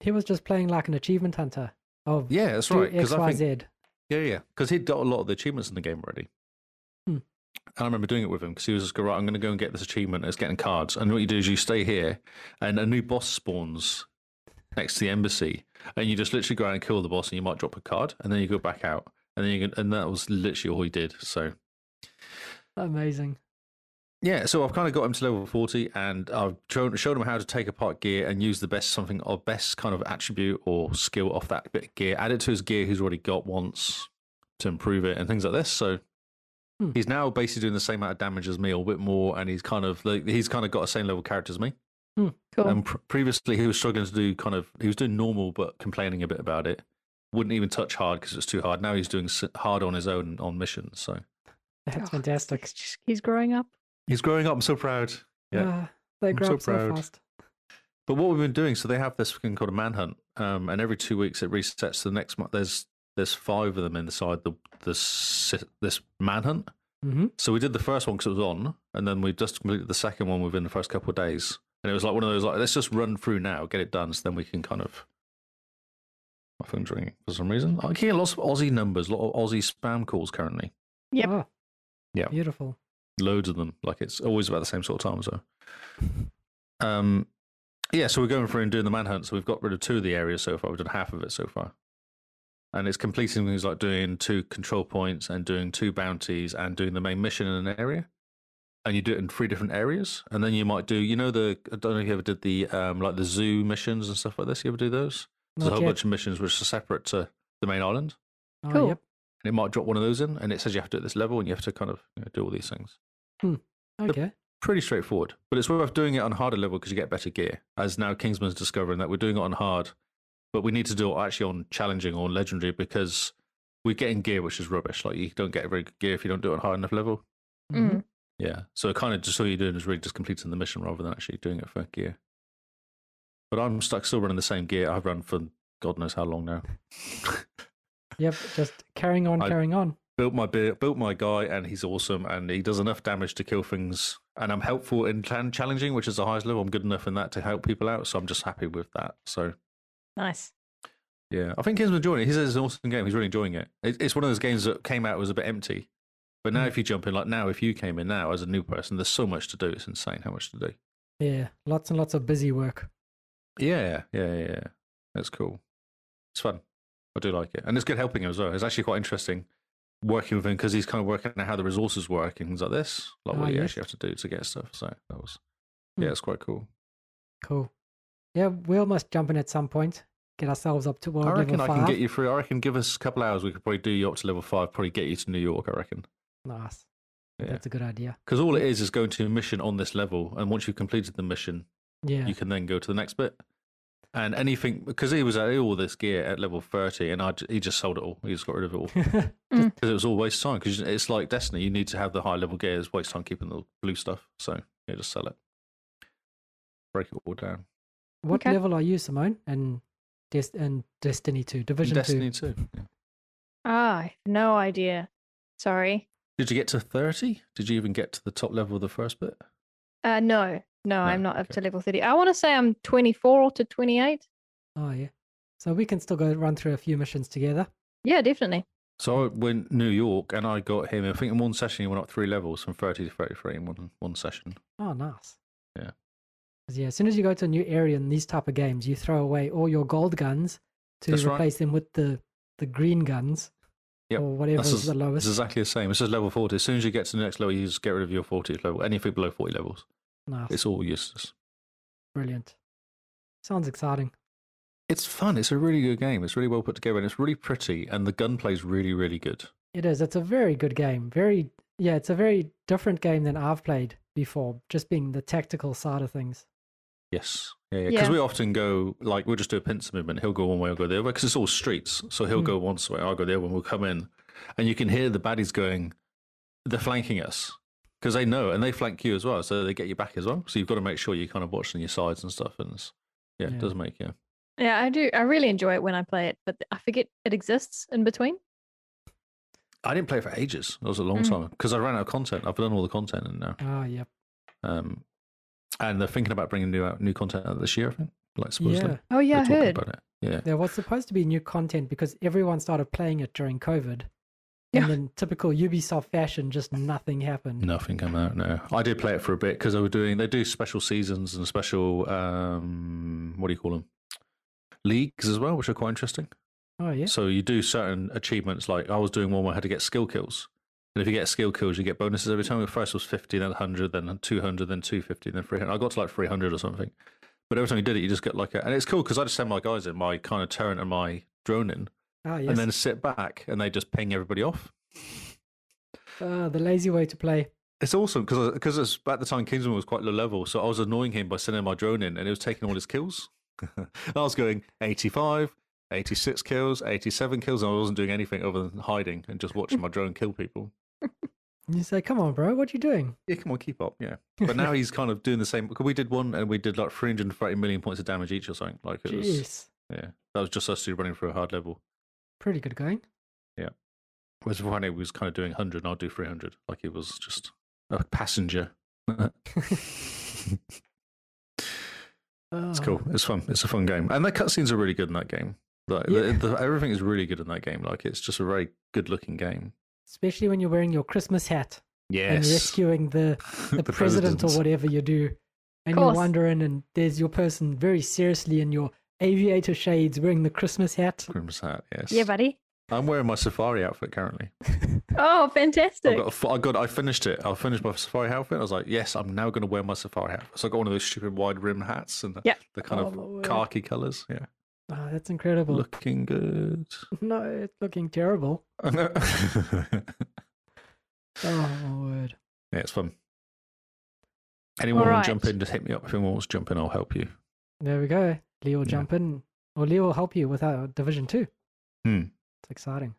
He was just playing like an achievement hunter of
Yeah, that's
do
right. Because I think
XYZ.
Yeah, yeah. Because he'd got a lot of the achievements in the game already.
Hmm.
And I remember doing it with him because he was just going, right, I'm going to go and get this achievement. It's getting cards. And what you do is you stay here and a new boss spawns next to the embassy, and you just literally go out and kill the boss, and you might drop a card, and then you go back out, and then you can, and that was literally all he did. So
Amazing.
yeah, so I've kind of got him to level forty, and I've shown, showed him how to take apart gear and use the best something or best kind of attribute or skill off that bit of gear, add it to his gear he's already got once to improve it and things like this. So
Hmm.
he's now basically doing the same amount of damage as me, or a bit more, and he's kind of like he's kind of got the same level character as me.
Cool.
And pr- previously, he was struggling to do kind of he was doing normal, but complaining a bit about it. Wouldn't even touch hard because it's too hard. Now he's doing s- hard on his own on missions. So
That's
Oh,
fantastic.
He's just- he's growing up.
he's growing up. I'm so proud. Yeah.
Ah, they
I'm
grow
so
up so
proud.
fast.
But what we've been doing, so they have this thing called a manhunt, um, and every two weeks it resets to the next month. There's there's five of them inside the this si- this manhunt.
Mhm.
So we did the first one because it was on, and then we just completed the second one within the first couple of days. And it was like one of those like let's just run through now, get it done, so then we can kind of. My phone's ringing for some reason. I hear lots of Aussie numbers, a lot of Aussie spam calls currently,
Yep.
Ah,
Yeah.
Beautiful.
loads of them. Like it's always about the same sort of time. So, um, yeah. So we're going through and doing the manhunt. So we've got rid of two of the areas so far. We've done half of it so far, and it's completing things like doing two control points and doing two bounties and doing the main mission in an area. And you do it in three different areas, and then you might do. You know the I don't know if you ever did the um like the zoo missions and stuff like this. You ever do those? There's a
Not
whole
yet.
bunch of missions which are separate to the main island,
Oh,
Cool.
yep.
and it might drop one of those in, and it says you have to do it at this level, and you have to kind of you know, do all these things
Okay.
pretty straightforward, but it's worth doing it on harder level because you get better gear. As now Kingsman's discovering that we're doing it on hard, but we need to do it actually on challenging or on legendary because we're getting gear which is rubbish. Like you don't get very good gear if you don't do it on hard enough level.
Mhm.
Mm-hmm.
Mm.
Yeah. So kind of just all you're doing is really just completing the mission rather than actually doing it for gear. But I'm stuck still running the same gear I've run for God knows how long now.
Yep. Just carrying on,
I-
carrying on.
built my beer, built my guy, and he's awesome, and he does enough damage to kill things. And I'm helpful in chan- challenging, which is the highest level. I'm good enough in that to help people out, so I'm just happy with that. So
Nice.
yeah, I think Kim's enjoying it. He says it's an awesome game. He's really enjoying it. It- It's one of those games that came out was a bit empty, but now if you jump in, like now, if you came in now as a new person, there's so much to do. It's insane how much to do.
Yeah. Lots and lots of busy work.
Yeah, yeah, yeah. yeah. That's cool. It's fun. I do like it, and it's good helping him as well. It's actually quite interesting working with him because he's kind of working out how the resources work and things like this, like
Ah,
what you
yes.
actually have to do to get stuff. So that was,
Hmm.
yeah, it's quite cool.
Cool. Yeah, we'll must jump in at some point. Get ourselves up to world
I reckon
level
I
five.
can get you through. I reckon give us a couple hours, we could probably do you up to level five, probably get you to New York. I reckon
Nice.
Yeah.
That's a good idea.
because all it is is going to a mission on this level, and once you've completed the mission,
Yeah.
you can then go to the next bit. And anything because he was at all this gear at level thirty, and I j- he just sold it all. He just got rid of it all. Because it was all waste time. Because it's like Destiny, you need to have the high level gear. It's waste time keeping the blue stuff. So yeah, just sell it. Break it all down.
*laughs* what
Okay.
level are you, Simone? And Des- and Destiny Two, Division
Destiny
Two.
two. yeah.
Ah, I have no idea. Sorry.
Did you get to thirty? Did you even get to the top level of the first bit?
Uh, no, no, I'm
No,
not up
okay.
to level 30. I want to say I'm 24 to 28.
Oh yeah. So we can still go run through a few missions together.
Yeah, definitely.
So I went New York, and I got him. I think in one session he went up three levels from thirty to thirty three in one one session.
Oh, nice.
Yeah.
'Cause, Yeah. As soon as you go to a new area in these type of games, you throw away all your gold guns to
That's right.
replace them with the the green guns.
Yep.
Or whatever
That's
is
as-
the lowest.
It's exactly the same. It's just level forty. As soon as you get to the next level, you just get rid of your forty level. Anything below forty levels,
nice.
it's all useless.
Brilliant. Sounds exciting.
It's fun. It's a really good game. It's really well put together, and it's really pretty. And the gunplay's really, really good.
It is. It's a very good game. Very yeah, it's a very different game than I've played before, just being the tactical side of things.
Yes. Yeah. Because
Yeah.
we often go, like, we'll just do a pincer movement. He'll go one way, I'll go the other way, because it's all streets. So he'll
Mm.
go one way, I'll go the other one, we'll come in. And you can hear the baddies going, they're flanking us. Because they know, and they flank you as well. So they get you back as well. So you've got to make sure you're kind of watching your sides and stuff. And it's, yeah,
Yeah.
it does make, yeah.
Yeah, I do. I really enjoy it when I play it, but I forget it exists in between.
I didn't play it for ages. That was a long
Mm.
time because I ran out of content. I've done all the content in now.
Ah, yep.
Um, and they're thinking about bringing new out new content out this year, I think. Like, supposedly.
Yeah.
Oh, yeah,
They're
I
talking
heard.
About it. Yeah.
There was supposed to be new content because everyone started playing it during COVID.
Yeah.
And then typical Ubisoft fashion, just nothing happened.
Nothing come out. No, I did play it for a bit because they were doing. They do special seasons and special. um What do you call them? leagues as well, which are quite interesting.
Oh yeah.
So you do certain achievements, like I was doing one where I had to get skill kills. And if you get skill kills, you get bonuses every time. The first was 50, then 100, then 200, then 250, then 300. I got to like 300 or something. But every time you did it, you just get like a. And it's cool because I just send my guys in, my kind of turret and my drone in,
Oh yes.
and then sit back and they just ping everybody off.
Ah, the lazy way to play.
It's awesome because because it's at the time Kingsman was quite low level, so I was annoying him by sending my drone in, and it was taking all his kills. *laughs* I was going 85, 86 kills, 87 kills, and I wasn't doing anything other than hiding and just watching my drone kill people.
And you say, "Come on, bro, what you doing?"
Yeah, come on, keep up, yeah. But now he's kind of doing the same. 'cause We did one, and we did like 330 million points of damage each or something. Like it was,
Jeez,
yeah, that was just us two running through a hard level.
pretty good going.
Whereas Friday was kind of doing 100, and I'd do 300. Like it was just a passenger. *laughs* It's
Ah,
Oh.
cool. It's fun. It's a fun game, and the cutscenes are really good in that game. Like
Yeah.
the, the, everything is really good in that game. Like it's just a very good-looking game.
Especially when you're wearing your Christmas hat and
*laughs* Yes,
rescuing the the, president or
presidents.
whatever you do, and you're
Course.
wandering, and there's your person very seriously in your aviator shades wearing the Christmas hat.
Grimms hat. Yes.
Yeah, buddy.
I'm wearing my safari outfit currently.
Oh,
I've
fantastic.
got, a fu- I got. I finished it. I finished my safari outfit. I was like, yes, I'm now going to wear my safari hat. So I got one of those stupid wide rim hats and the,
Yeah.
the kind
Oh,
of
my word.
khaki colors. Yeah,
Oh, that's incredible.
looking good.
*laughs*
*laughs*
No, it's looking terrible.
yeah,
Oh my word.
it's fun. Anyone want
Alright.
to jump in? Just hit me up. If anyone wants to jump in, I'll help you.
There we go. Leo will
Yeah.
jump in, or Leo will help you with our division two.
Hmm.
It's exciting.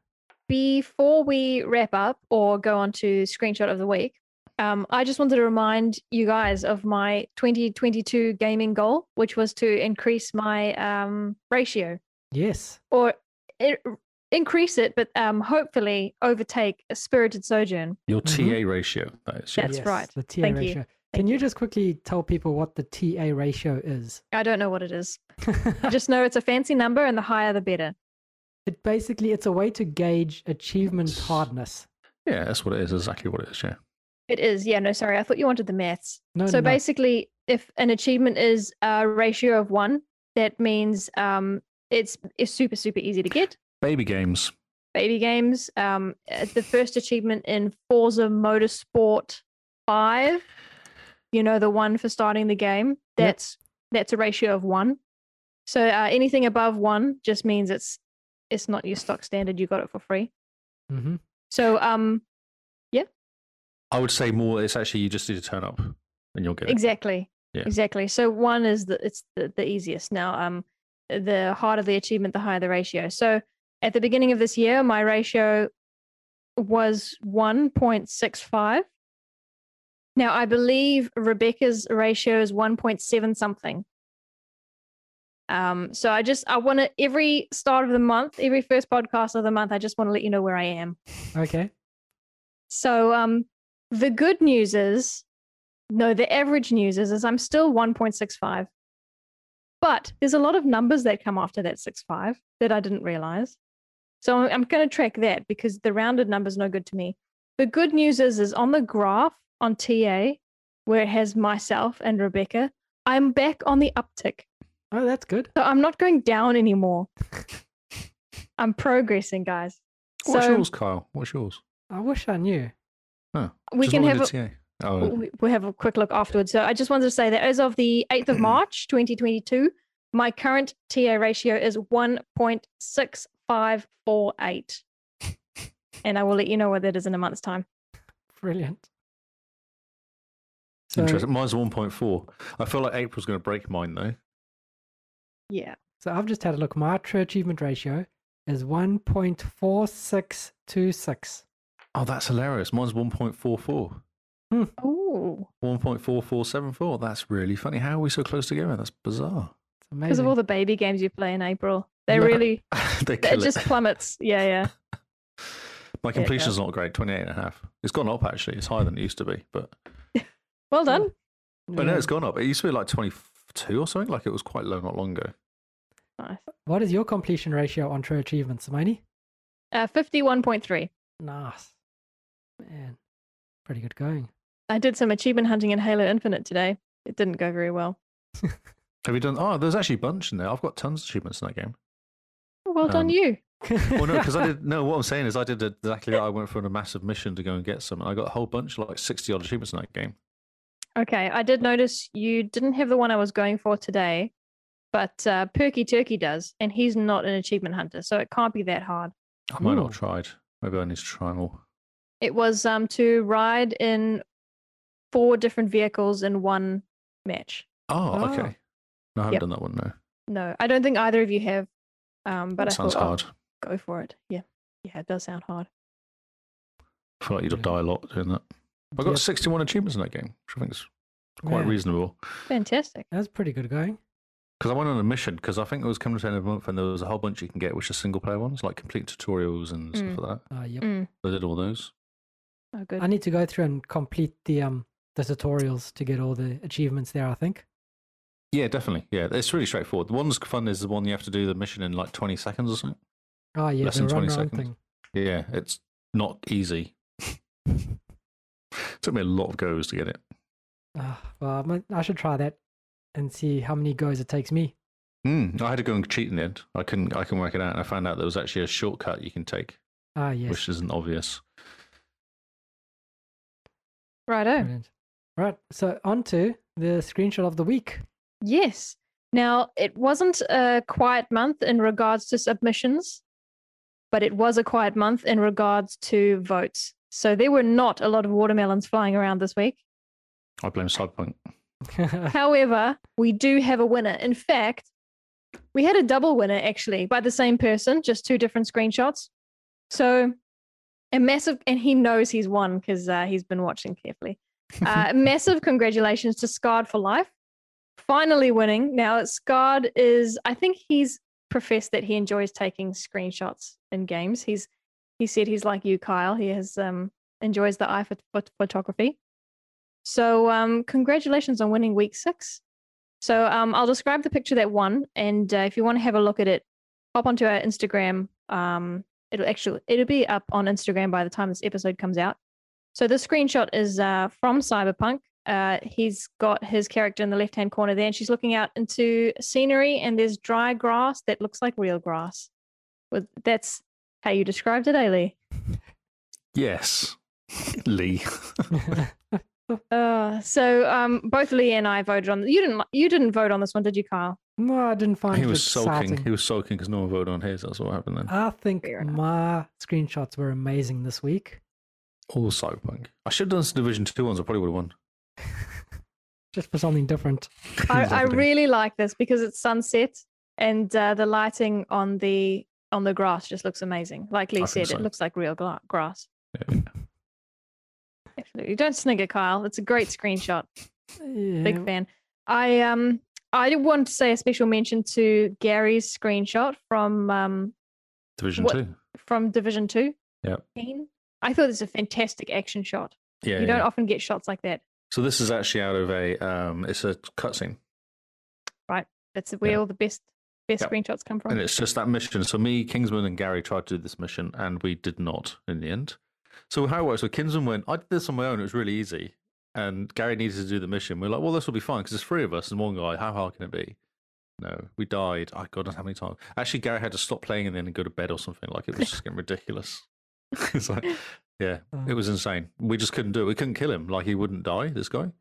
Before we wrap up or go on to screenshot of the week, um, I just wanted to remind you guys of my 2022 gaming goal, which was to increase my um, ratio.
Yes.
or it, increase it, but um, hopefully overtake a spirited sojourn.
Your
Mhm.
TA ratio. That is,
Mm-hmm. That's
yes,
right.
The TA
Thank you.
ratio. Can you, just quickly tell people what the TA ratio is? *laughs*
I don't know what it is. I just know it's a fancy number, and the higher the better.
It basically it's a way to gauge achievement
Yes.
hardness.
Yeah, that's what it is. Exactly what it is. Yeah.
It is. Yeah. No, sorry. I thought you wanted the maths.
No, no,
so
no.
basically, if an achievement is a ratio of one, that means um, it's it's super super easy to get.
Baby games.
Baby games. Um, uh, the first achievement in Forza Motorsport Five. You know the one for starting the game. That's that's a ratio of one. So uh, anything above one just means it's it's not your stock standard. You got it for free.
Mhm.
So um,
I would say more. It's actually you just need to turn up, and you'll get it.
Exactly.
Yeah.
Exactly. So one is the it's the, the easiest. Now um the harder the achievement, the higher the ratio. So at the beginning of this year, my ratio was 1.65. Now I believe Rebecca's ratio is 1.7 something. Um, so I just I want to every start of the month, every first podcast of the month, I just want to let you know where I am.
Okay.
So um the good news is no, the average news is is I'm still 1.65. But there's a lot of numbers that come after that 65 that I didn't realize. So I'm, going to track that because the rounded number's no good to me. The good news is is on the graph on TA where it has myself and Rebecca, I'm back on the uptick.
Oh, that's good.
So I'm not going down
*laughs*
anymore. I'm progressing, guys.
What's
so
yours, Kyle? What's yours?
I wish I knew.
we
Just
can
not
have
with
a,
the TA. Oh,
we- we'll have a quick look afterwards. So I just wanted to say that as of the 8th of March 2022, my current TA ratio is *laughs* 1.6548. And I will let you know what that is in a month's time.
Brilliant. So,
interesting. Mine's one point four. I feel like April's going to break mine though.
Yeah.
so I've just had a look. My true achievement ratio is 1.4626.
Oh, that's hilarious. Mine's one point four four.
Oh,
One point four four seven four. That's really funny. How are we so close together? That's bizarre. *laughs*
It's amazing.
because of all the baby games you play in April, they
Yeah.
really,
they
it
kill it.
just plummets. Yeah, yeah. Yeah,
My
it
completion's not great. 28 and a half. It's gone up actually. It's higher than it used to be, but
Well *laughs* done.
but no,
Yeah.
it's gone up. It used to be like twenty two or something. Like it was quite low not long ago.
Nice.
What is your completion ratio on true achievement, Simone?
Uh, 51.3.
Nice. Man, pretty good going.
I did some achievement hunting in Halo Infinite today. It didn't go very well.
Have you done? Oh, there's actually a bunch in there. I've got tons of achievements in
*laughs*
that game.
Oh, Well
Um,
done, you.
Well, no, because
*laughs*
I did. No, what I'm saying is I did exactly that. I went for a massive mission to go and get some. and I got a whole bunch, like 60 odd achievements in that game.
Okay, I did notice you didn't have the one I was going for today, but uh, Perky Turkey does, and he's not an achievement hunter, so it can't be that hard.
I might
Ooh.
not have tried. Maybe I need to try more.
It was um to ride in four different vehicles in one match.
Oh,
Ah.
okay. No, I haven't
Yep.
done that one. No,
No, I don't think either of you have. Um, but
that
I
sounds
thought, oh,
hard.
go for it. Yeah, yeah, it does sound
*sighs*
hard.
I feel like you'd
Yeah.
die a lot doing that. I got
Yep.
61 achievements in that game, which I think is quite
Yeah.
reasonable.
Fantastic.
That's pretty good going.
Because I went on a mission because I think it was coming to the end of the month and there was a whole bunch you can get, which are single player ones, like complete tutorials and
Mm.
stuff like
Uh, yep.
Mm,
that. I did all those.
oh, good.
I need to go through and complete the um the tutorials to get all the achievements there. I think.
Yeah, definitely. Yeah, it's really straightforward. The one's fun is the one you have to do the mission in like 20 seconds or something.
Oh yeah,
Less
the
than 20
run around
seconds.
thing.
Yeah, it's not easy. *laughs* Took me a lot of goes to get it.
Uh, well, I might- I should try that and see how many goes it takes me.
Mm, I had to go and cheat in the end. I couldn't. I can work it out, and I found out there was actually a shortcut you can take,
Ah yes,
which isn't obvious.
Righto.
brilliant. Right, so on to the screenshot of the week. *laughs*
Yes. Now it wasn't a quiet month in regards to submissions, but it was a quiet month in regards to votes. So there were not a lot of watermelons flying around this week.
I blame Cyberpunk.
*laughs*
However, we do have a winner. In fact, we had a double winner actually by the same person, just two different screenshots. So a massive, and he knows he's won because uh, he's been watching carefully. Uh, massive congratulations to Scarred for Life, finally winning. Now, Scarred is, I think he's professed that he enjoys taking screenshots in games. He's, he said he's like you, Kyle. He has um, enjoys the eye for, for photography. So, um, congratulations on winning week six. So, um, I'll describe the picture that won, and uh, if you want to have a look at it, hop onto our Instagram. Um, it'll actually it'll be up on Instagram by the time this episode comes out. So, the screenshot is uh, from Cyberpunk. Uh, he's got his character in the left hand corner there, and she's looking out into scenery, and there's dry grass that looks like real grass. Well, that's how you described it, Ailey.
Yes, *laughs* Lee.
Uh, so um, both Lee and I voted on. You didn't. You didn't vote on this one, did you,
*laughs*
Kyle?
no, I didn't find
He
it
was
exciting. Oh.
sulking. He was sulking because no one voted on his. That's what happened then.
I think
Fair enough.
my screenshots were amazing this week.
All Cyberpunk. I should have done some Division Two ones. I probably would have won.
Just for something different.
I, I
Exactly.
really like this because it's sunset and uh, the lighting on the on the grass just looks amazing. Like Lee
I think
said,
so.
it looks like real gla- grass.
Yeah.
Absolutely. Don't snigger, Kyle. It's a great screenshot.
Yeah.
Big fan. I um I did want to say a special mention to Gary's screenshot from um
Division
What-
Two.
from Division Two.
Yep.
I thought it's a fantastic action shot.
Yeah.
you
yeah.
don't often get shots like that.
So this is actually out of a. Um, it's a cutscene.
That's where
Yeah.
all the best best
Yep.
screenshots come from.
And it's just that mission. So me, Kingsman, and Gary tried to do this mission, and we did not in the end. So how it works? So Kingsman went, I did this on my own. It was really easy. And Gary needed to do the mission. We are like, well, this will be fine because there's three of us and one guy. How hard can it be? No, we died. I God, how many times? Actually, Gary had to stop playing and then go to bed or something. Like it was just getting ridiculous. *laughs* it's like, yeah, it was insane. We just couldn't do it. We couldn't kill him. Like he wouldn't die. This guy.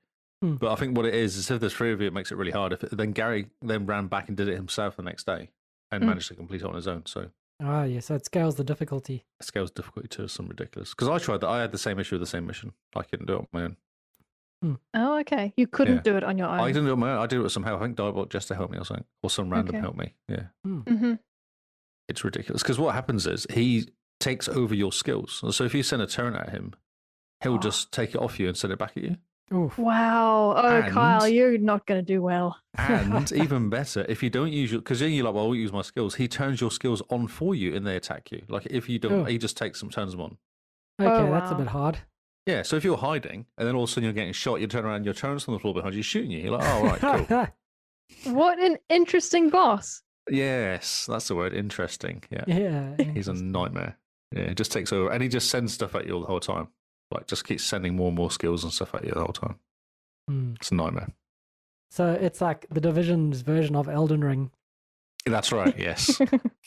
Hmm.
But I think what it is is if there's three of you, it makes it really hard. If then Gary then ran back and did it himself the next day and
Mm.
managed to complete it on his own. So it
Ah, yeah. So it scales the difficulty.
scales difficulty to some ridiculous. Because I tried that. I had the same issue with the same mission. I couldn't do it on my own.
Oh, okay. You couldn't
Yeah. Oh,
do it on your
I
own.
didn't do it on my own. I did it with some help. I think Diebot just to help me or something, or some random
Okay.
help me. Yeah,
hmm
it's ridiculous. Because what happens is he takes over your skills. So if you send a turn at him, he'll
Oh.
just take it off you and send it back at you.
Oof.
Wow. Oh, Kyle,
And-
you're not going to do well.
*laughs*
And even better, if you don't use your, because then you're like, well, I'll use my skills. He turns your skills on for you and they attack you. Like if you don't,
Oh.
he just takes them, turns them on.
Okay,
Oh,
that's a
wow.
bit hard.
Yeah. So if you're hiding and then all of a sudden you're getting shot, you turn around, your turns on the floor behind you, shooting you. You're like, oh, right,
*laughs*
cool.
What an interesting boss.
yes, that's the word. Interesting. Yeah.
yeah.
He's a
interesting.
nightmare. Yeah. He just takes over and he just sends stuff at you all the whole time. Like just keeps sending more and more skills and stuff at you the whole time.
Mm.
It's a nightmare.
So it's like the division's version of Elden Ring.
That's
*laughs*
right. Yes.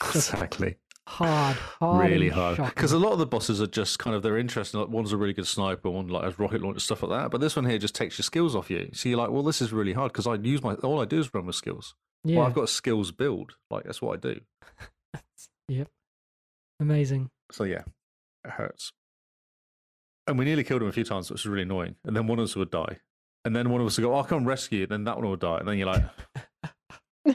exactly. *sighs*
Hard, hard,
really
and
hard because
shocking.
a lot of the bosses are just kind of they're interesting. Like one's a really good sniper, one like has rocket launch stuff like that. But this one here just takes your skills off you. So you're like, well, this is really hard because I use my all I do is run with skills.
yeah,
Well, I've got a skills build. Like that's what I do.
amazing.
So yeah, it hurts. And we nearly killed him a few times, which was really annoying. And then one of us would die, and then one of us would go, "I'll come rescue you." Then that one would die, and then
*laughs*
you're like,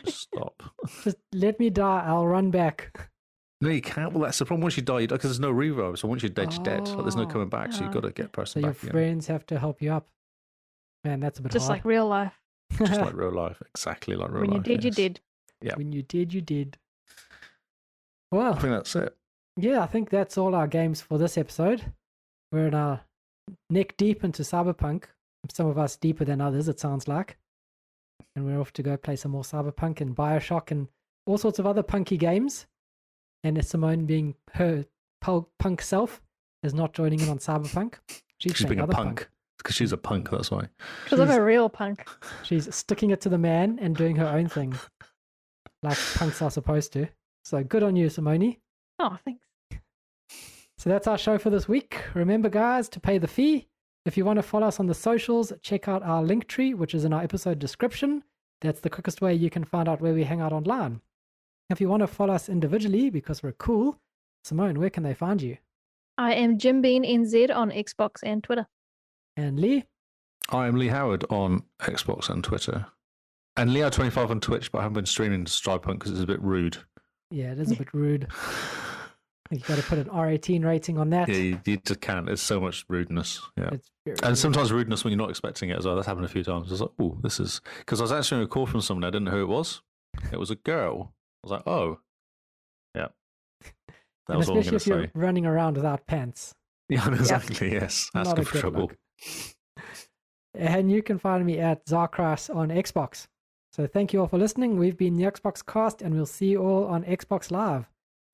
"Stop."
Just let me die. I'll run
*laughs*
back.
No, you can't. Well, that's the problem. Once you die, you die because there's no revive. So once you're dead, you're dead. Like, there's no
Oh,
coming back. So
yeah.
you've got to get a
So
person
your
back. again.
friends have to help you up. Man, that's a bit
Just
hard.
like real life.
*laughs*
Just like real life, exactly like real
when
life.
you're dead,
yes.
you're dead.
yeah.
when you did, you did.
I
Well,
think that's it.
yeah, I think that's all our games for this episode. We're in our neck deep into Cyberpunk. Some of us deeper than others, it sounds like. And we're off to go play some more Cyberpunk and Bioshock and all sorts of other punky games. And Simone, being her pul- punk self, is not joining in on Cyberpunk. She's,
She's
playing
being a
other
punk because she's a punk. That's why.
Because I'm a real punk.
She's sticking it to the man and doing her own thing, like punks are supposed to. So good on you, Simone.
Oh, thanks.
So that's our show for this week. Remember, guys, to pay the fee. If you want to follow us on the socials, check out our link tree, which is in our episode description. That's the quickest way you can find out where we hang out online. If you want to follow us individually because we're cool, Simone, where can they find you?
I am Jim Bean NZ on Xbox and Twitter.
And Lee,
I am Lee Howard on Xbox and Twitter, and Leo25 on Twitch, but I haven't been streaming Stripunk because it's a
*laughs*
bit rude.
yeah, it is a bit rude. You've got to put an R18 rating on that.
Yeah, you, you just can't. There's so much rudeness. Yeah.
It's very
And
rude.
sometimes rudeness when you're not expecting it as well. That's happened a few times. I was like, oh, this is because I was answering a call from someone. I didn't know who it was. It was a girl. I was like, oh,
*laughs*
yeah. That
And
was all I'm
especially
going to
if you're
say. *laughs*
running around without pants.
Yeah, exactly. Yes.
Not
Asking
a
for
good
trouble.
look. And you can find me at Zarkras on Xbox. So thank you all for listening. We've been the Xbox Cast, and we'll see you all on Xbox Live.